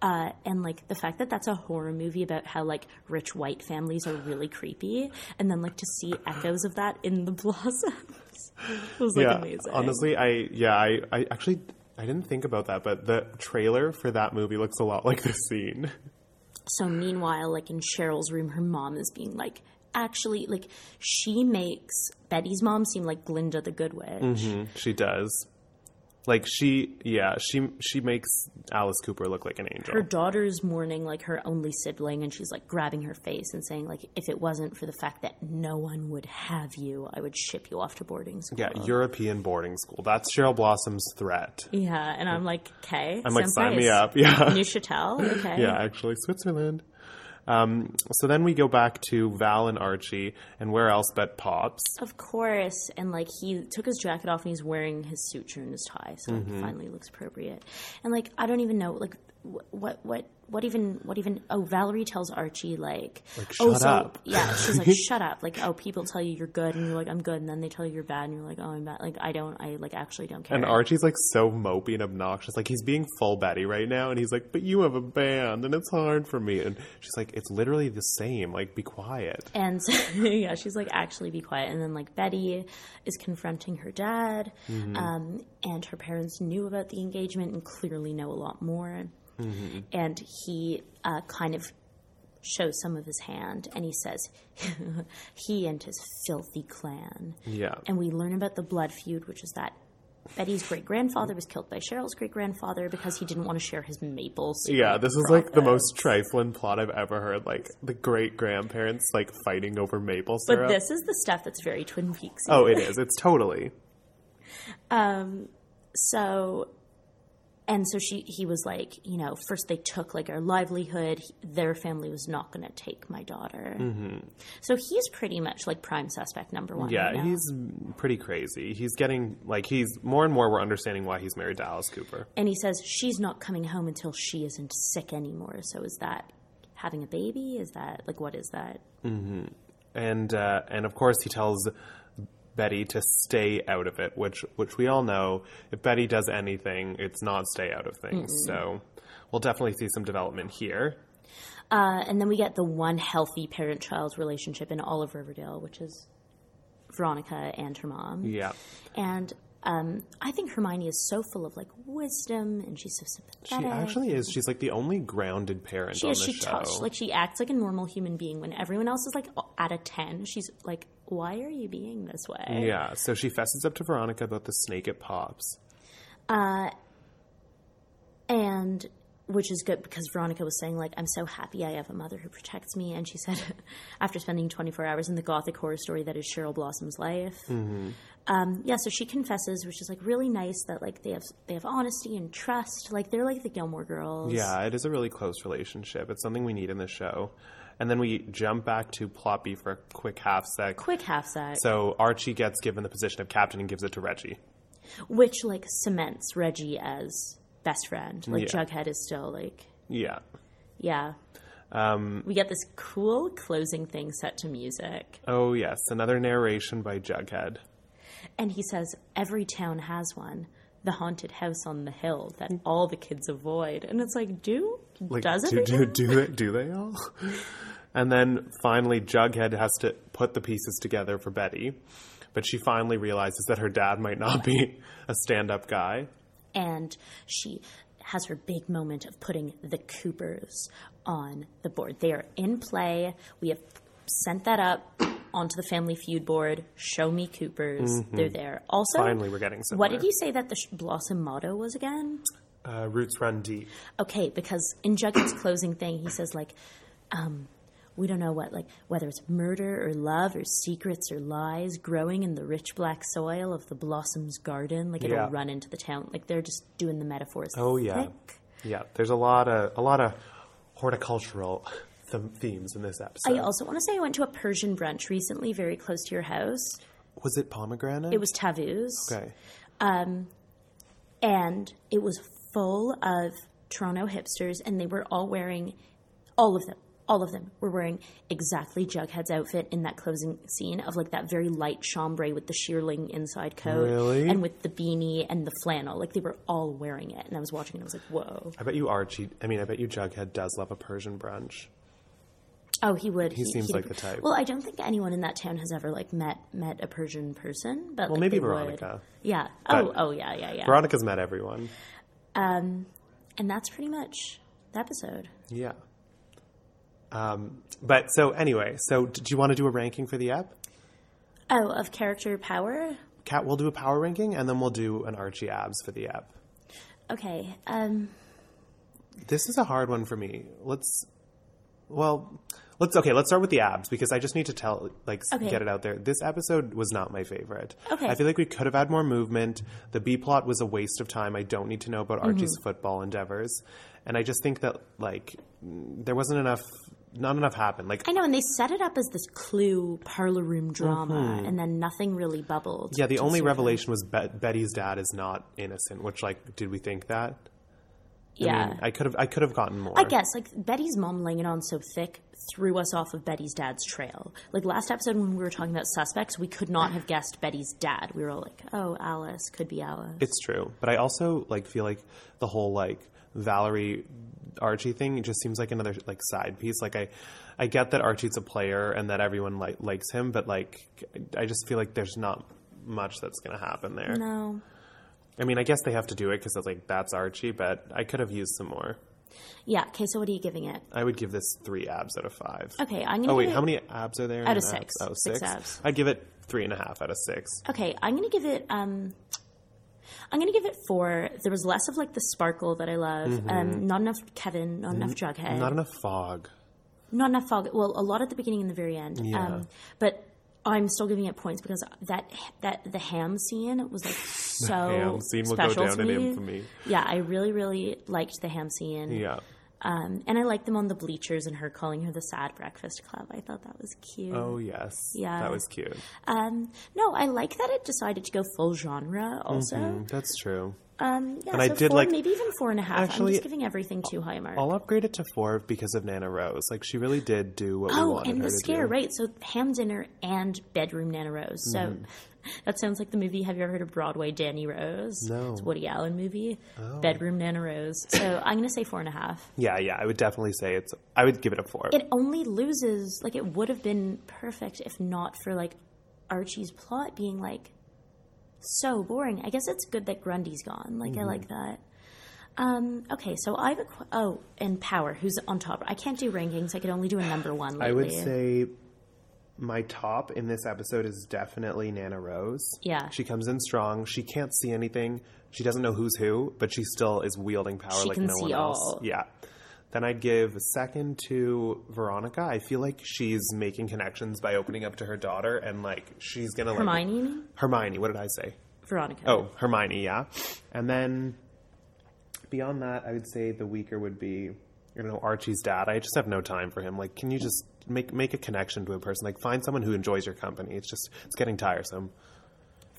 Uh, and like the fact that that's a horror movie about how like rich white families are really creepy, and then like to see echoes of that in the blossoms was like amazing. Honestly, I yeah, I, I actually I didn't think about that, but the trailer for that movie looks a lot like this scene. So meanwhile, like in Cheryl's room, her mom is being like, actually, like she makes Betty's mom seem like Glinda the Good Witch. she does. Like she yeah, she she makes Alice Cooper look like an angel. her daughter's mourning like her only sibling and she's like grabbing her face and saying like if it wasn't for the fact that no one would have you i would ship you off to boarding school yeah, European boarding school. That's Cheryl Blossom's threat. yeah and i'm like okay I'm like, sign me up. Yeah. new chatel okay yeah, actually, Switzerland. Um, so then we go back to Val and Archie, and where else but Pops? of course and like he took his jacket off and he's wearing his suture and his tie so like, Mm-hmm. it finally looks appropriate and like i don't even know like wh- what what what even what even oh valerie tells archie like, oh shut so up. yeah she's like shut up like oh people tell you you're good and you're like i'm good and then they tell you you're bad and you're like oh i'm bad like i don't i like actually don't care And Archie's like so mopey and obnoxious. Like he's being full Betty right now, and he's like, "But you have a band, and it's hard for me." And she's like, "It's literally the same. Like, be quiet." And so, yeah, she's like, actually be quiet. And then, like, Betty is confronting her dad, um, and her parents knew about the engagement and clearly know a lot more. And he uh, kind of shows some of his hand and he says, he and his filthy clan. Yeah, And we learn about the blood feud, which is that. Betty's great grandfather was killed by Cheryl's great grandfather because he didn't want to share his maples. yeah. This is like the most trifling plot I've ever heard. Like the great grandparents like fighting over maple syrup. But this is the stuff that's very Twin Peaks. oh, it is. It's totally. so and so she he was like you know first they took like our livelihood their family was not going to take my daughter so he's pretty much like prime suspect number one Mm-hmm. Yeah, right now. he's pretty crazy. He's getting like he's more and more we're understanding why he's married to Alice Cooper. and he says she's not coming home until she isn't sick anymore so is that having a baby is that like what is that And uh, and of course he tells Betty to stay out of it, which which we all know if Betty does anything, it's not stay out of things. So we'll definitely see some development here. uh, and then we get the one healthy parent-child relationship in all of riverdale which is veronica and her mom Yeah. and um, i think hermione is so full of like wisdom and she's so She sympathetic actually is. She's like the only grounded parent she on is. the She show. talks like she acts like a normal human being when everyone else is like at a ten. She's like, "Why are you being this way?" yeah. So she fesses up to Veronica about the snake at Pops. And which is good because Veronica was saying like, "I'm so happy I have a mother who protects me." And she said, after spending 24 hours in the gothic horror story that is Cheryl Blossom's life, Mm-hmm. um, yeah. So she confesses, which is like really nice that like they have they have honesty and trust. Like they're like the Gilmore Girls. Yeah, it is a really close relationship. It's something we need in the show. And then we jump back to Ploppy for a quick half sec. Quick half sec, So Archie gets given the position of captain and gives it to Reggie. which like cements Reggie as best friend. Like Yeah. Jughead is still like Yeah. Yeah. Um, we get this cool closing thing set to music. Oh, yes, another narration by Jughead. And he says, Every town has one. The haunted house on the hill that all the kids avoid. And it's like, do? Like, does do, it? do, do, they, do they all? And then finally, Jughead has to put the pieces together for Betty. But she finally realizes that her dad might not be a stand up guy. And she has her big moment of putting the Coopers on the board. They are in play. We have sent that up onto the Family Feud board. Show me Coopers. They're there. Also, Mm-hmm. Finally, we're getting somewhere. what did you say that the sh- Blossom motto was again? Uh, roots run deep. okay because in Jughead's closing thing he says like um, we don't know what like whether it's murder or love or secrets or lies growing in the rich black soil of the blossom's garden like it'll Yeah. run into the town like they're just doing the metaphors Oh, yeah. thick. Yeah, there's a lot of a lot of horticultural th- themes in this episode. I also want to say I went to a Persian brunch recently, very close to your house. was it pomegranate? It was Tavu's, okay. and it was full of Toronto hipsters, and they were all wearing, all of them, all of them were wearing exactly Jughead's outfit in that closing scene of like that very light chambray with the shearling inside coat, Really? and with the beanie and the flannel. Like they were all wearing it, and I was watching and I was like, whoa. I bet you Archie. I mean, I bet you Jughead does love a Persian brunch. Oh, he would. He, seems he'd like agree. the type. Well, I don't think anyone in that town has ever like met met a Persian person, but well, maybe Veronica. Yeah. oh, But- oh, yeah, yeah, yeah. Veronica's met everyone. and that's pretty much the episode. Yeah. Um, but so anyway, so d- do you want to do a ranking for the app? Oh, of character power. Cat, we'll do a power ranking, and then we'll do an Archie abs for the app. Okay. Um, This is a hard one for me. Let's, well, let's okay. Let's start with the abs because I just need to tell, like, s- Okay. get it out there. This episode was not my favorite. Okay. I feel like we could have had more movement. The B plot was a waste of time. I don't need to know about Archie's Mm-hmm. football endeavors, and I just think that like mm, there wasn't enough, not enough happened. Like I know, and they set it up as this clue parlor room drama, and then nothing really bubbled. Mm-hmm. Yeah, the to only sort of- revelation was Bet Betty's dad is not innocent. Which, like, did we think that? Yeah, I, mean, I could have, I could have gotten more. I guess like Betty's mom laying it on so thick threw us off of Betty's dad's trail. Like last episode when we were talking about suspects, we could not have guessed Betty's dad. We were all like, "Oh, Alice could be Alice." it's true, but I also like feel like the whole like Valerie Archie thing it just seems like another like side piece. Like, I, I get that Archie's a player and that everyone like likes him, but like, I just feel like there's not much that's going to happen there. No. I mean, I guess they have to do it because like that's Archie, but I could have used some more. Yeah. Okay. So what are you giving it? I would give this three abs out of five. Okay, I'm gonna. Oh wait, give it, how many abs are there? in Mm-hmm. Out of an six. abs? Oh, Six six. abs. I'd give it three and a half out of six. Okay, I'm gonna give it. Um, I'm gonna give it four. There was less of like the sparkle that I love. Mm-hmm. Um, not enough Kevin. Not enough Jughead. Not enough fog. not enough fog. Well, a lot at the beginning and the very end. Yeah. Um, but I'm still giving it points because that that the ham scene was like so ham scene will go special down to in me. infamy. Yeah, I really really liked the ham scene. Yeah. Um, and I liked them on the bleachers and her calling her the Sad Breakfast Club. I thought that was cute. Oh yes. Yeah. That was cute. Um, no, I like that it decided to go full genre. Also, Mm, that's true. um, yeah, And so I did four, like- maybe even four and a half. I'm Actually, just giving everything too high a mark. I'll upgrade it to four because of Nana Rose. Like she really did do what we Oh, wanted and her the to scare, do. right? So ham dinner and bedroom Nana Rose. So Mm-hmm. that sounds like the movie. Have you ever heard of Broadway Danny Rose? No. Oh. it's a Woody Allen movie. Bedroom Nana Rose. So I'm gonna say four and a half. Yeah, yeah. I would definitely say it's. I would give it a four. It only loses. Like it would have been perfect if not for like Archie's plot being like so boring. I guess it's good that Grundy's gone. Like I Mm-hmm. like that. Um, okay, so I have a qu- oh, and Power, who's on top. I can't do rankings. I could only do a number one. Lately. I would say my top in this episode is definitely Nana Rose. Yeah. She comes in strong. She can't see anything. She doesn't know who's who, but she still is wielding power She like can no one see else. all. Yeah. Then I'd give second to Veronica. I feel like she's making connections by opening up to her daughter and like she's gonna like Hermione, Hermione, what did I say? Veronica. Oh, Hermione, yeah. And then beyond that, I would say the weaker would be you know Archie's dad. I just have no time for him. Like, can you just make make a connection to a person? Like, find someone who enjoys your company. It's just it's getting tiresome.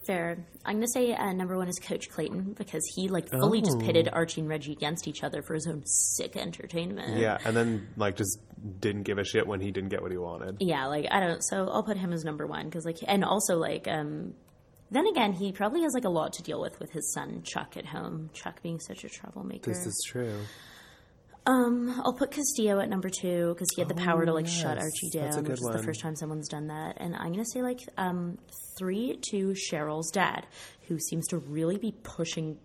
Fair. I'm gonna say uh, number one is Coach Clayton because he like fully just Oh. pitted Archie and Reggie against each other for his own sick entertainment. Yeah, and then like just didn't give a shit when he didn't get what he wanted. Yeah, like I don't. So I'll put him as number one because like, and also like, um, then again, he probably has like a lot to deal with with his son Chuck at home. Chuck being such a troublemaker. This is true. I'll put Castillo at number two because he had the power to like shut Oh, yes. Archie down, That's a which good is one. the first time someone's done that. And I'm gonna say like um, three to Cheryl's dad, who seems to really be pushing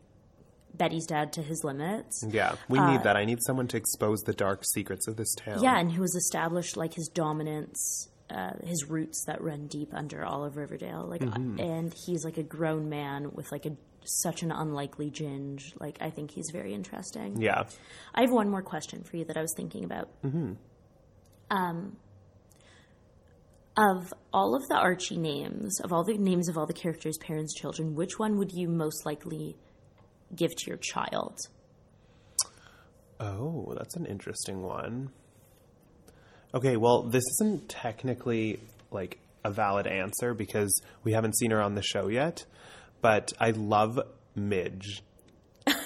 Betty's dad to his limits. Yeah, we need that. I need someone to expose the dark secrets of this town. Yeah, and who has established like his dominance, uh, his roots that run deep under all of Riverdale. Like, uh, and he's like a grown man with like a such an unlikely ginge. Like, I think he's very interesting. Yeah. I have one more question for you that I was thinking about. Um, of all of the Archie names, of all the names of all the characters, parents, children, which one would you most likely give to your child? Oh, that's an interesting one. Okay, well, this isn't technically like a valid answer because we haven't seen her on the show yet, but I love Midge.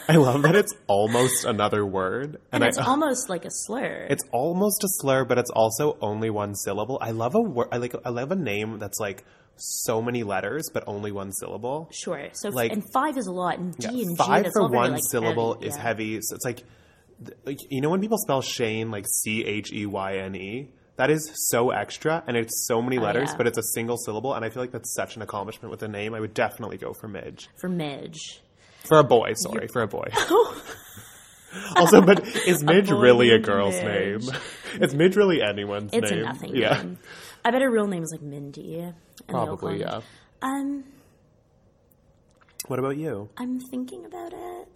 I love that it's almost another word. And it's I, almost like a slur. it's almost a slur, but it's also only one syllable. I love a word I like I love a name that's like so many letters but only one syllable. Sure. So f- Like- and five is a lot, and D Yeah, and G. five That's all for very, one like, syllable heavy. is yeah. heavy. So it's like, th- like you know when people spell Shane like C H E Y N E. That is so extra, and it's so many letters, Oh, yeah. but it's a single syllable, and I feel like that's such an accomplishment with a name. I would definitely go for Midge for Midge. for a boy. Sorry, for a boy. also, but is Midge boy really a named girl's Midge. name? Is Midge really anyone's It's name? a nothing. Yeah, name. I bet her real name is like Mindy. in the probably. Oakland. Yeah. Um, What about you? I'm thinking about it,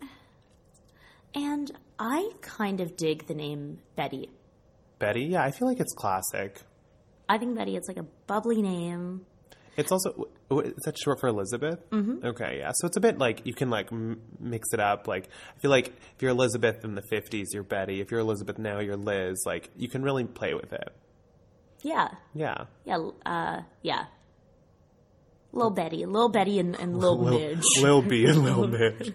and I kind of dig the name Betty. Betty? Yeah, I feel like it's classic. I think Betty. It's like a bubbly name. It's also w- w- is that short for Elizabeth? Mm-hmm. Okay, yeah. So it's a bit like you can like m- mix it up. Like I feel like if you're Elizabeth in the '50s, you're Betty. If you're Elizabeth now, you're Liz. Like you can really play with it. Yeah, Yeah, yeah, uh, yeah. Little Betty, little Betty, and, and little Midge. Lil B and Lil Midge.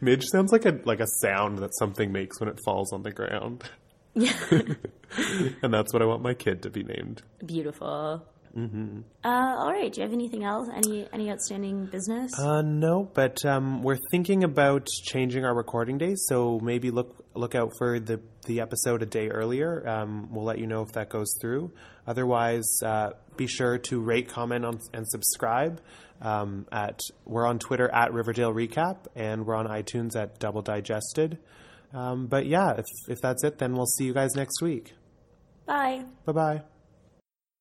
Midge sounds like a like a sound that something makes when it falls on the ground, Yeah. and that's what I want my kid to be named. Beautiful. Mm-hmm. Uh, all right. Do you have anything else? Any any outstanding business? Uh, no, but um, we're thinking about changing our recording days, so maybe look look out for the the episode a day earlier. Um, we'll let you know if that goes through. Otherwise, uh, be sure to rate, comment, on, and subscribe. Um, at we're on Twitter at Riverdale Recap, and we're on iTunes at Double Digested. Um, but yeah, if if that's it, then we'll see you guys next week. Bye. Bye bye.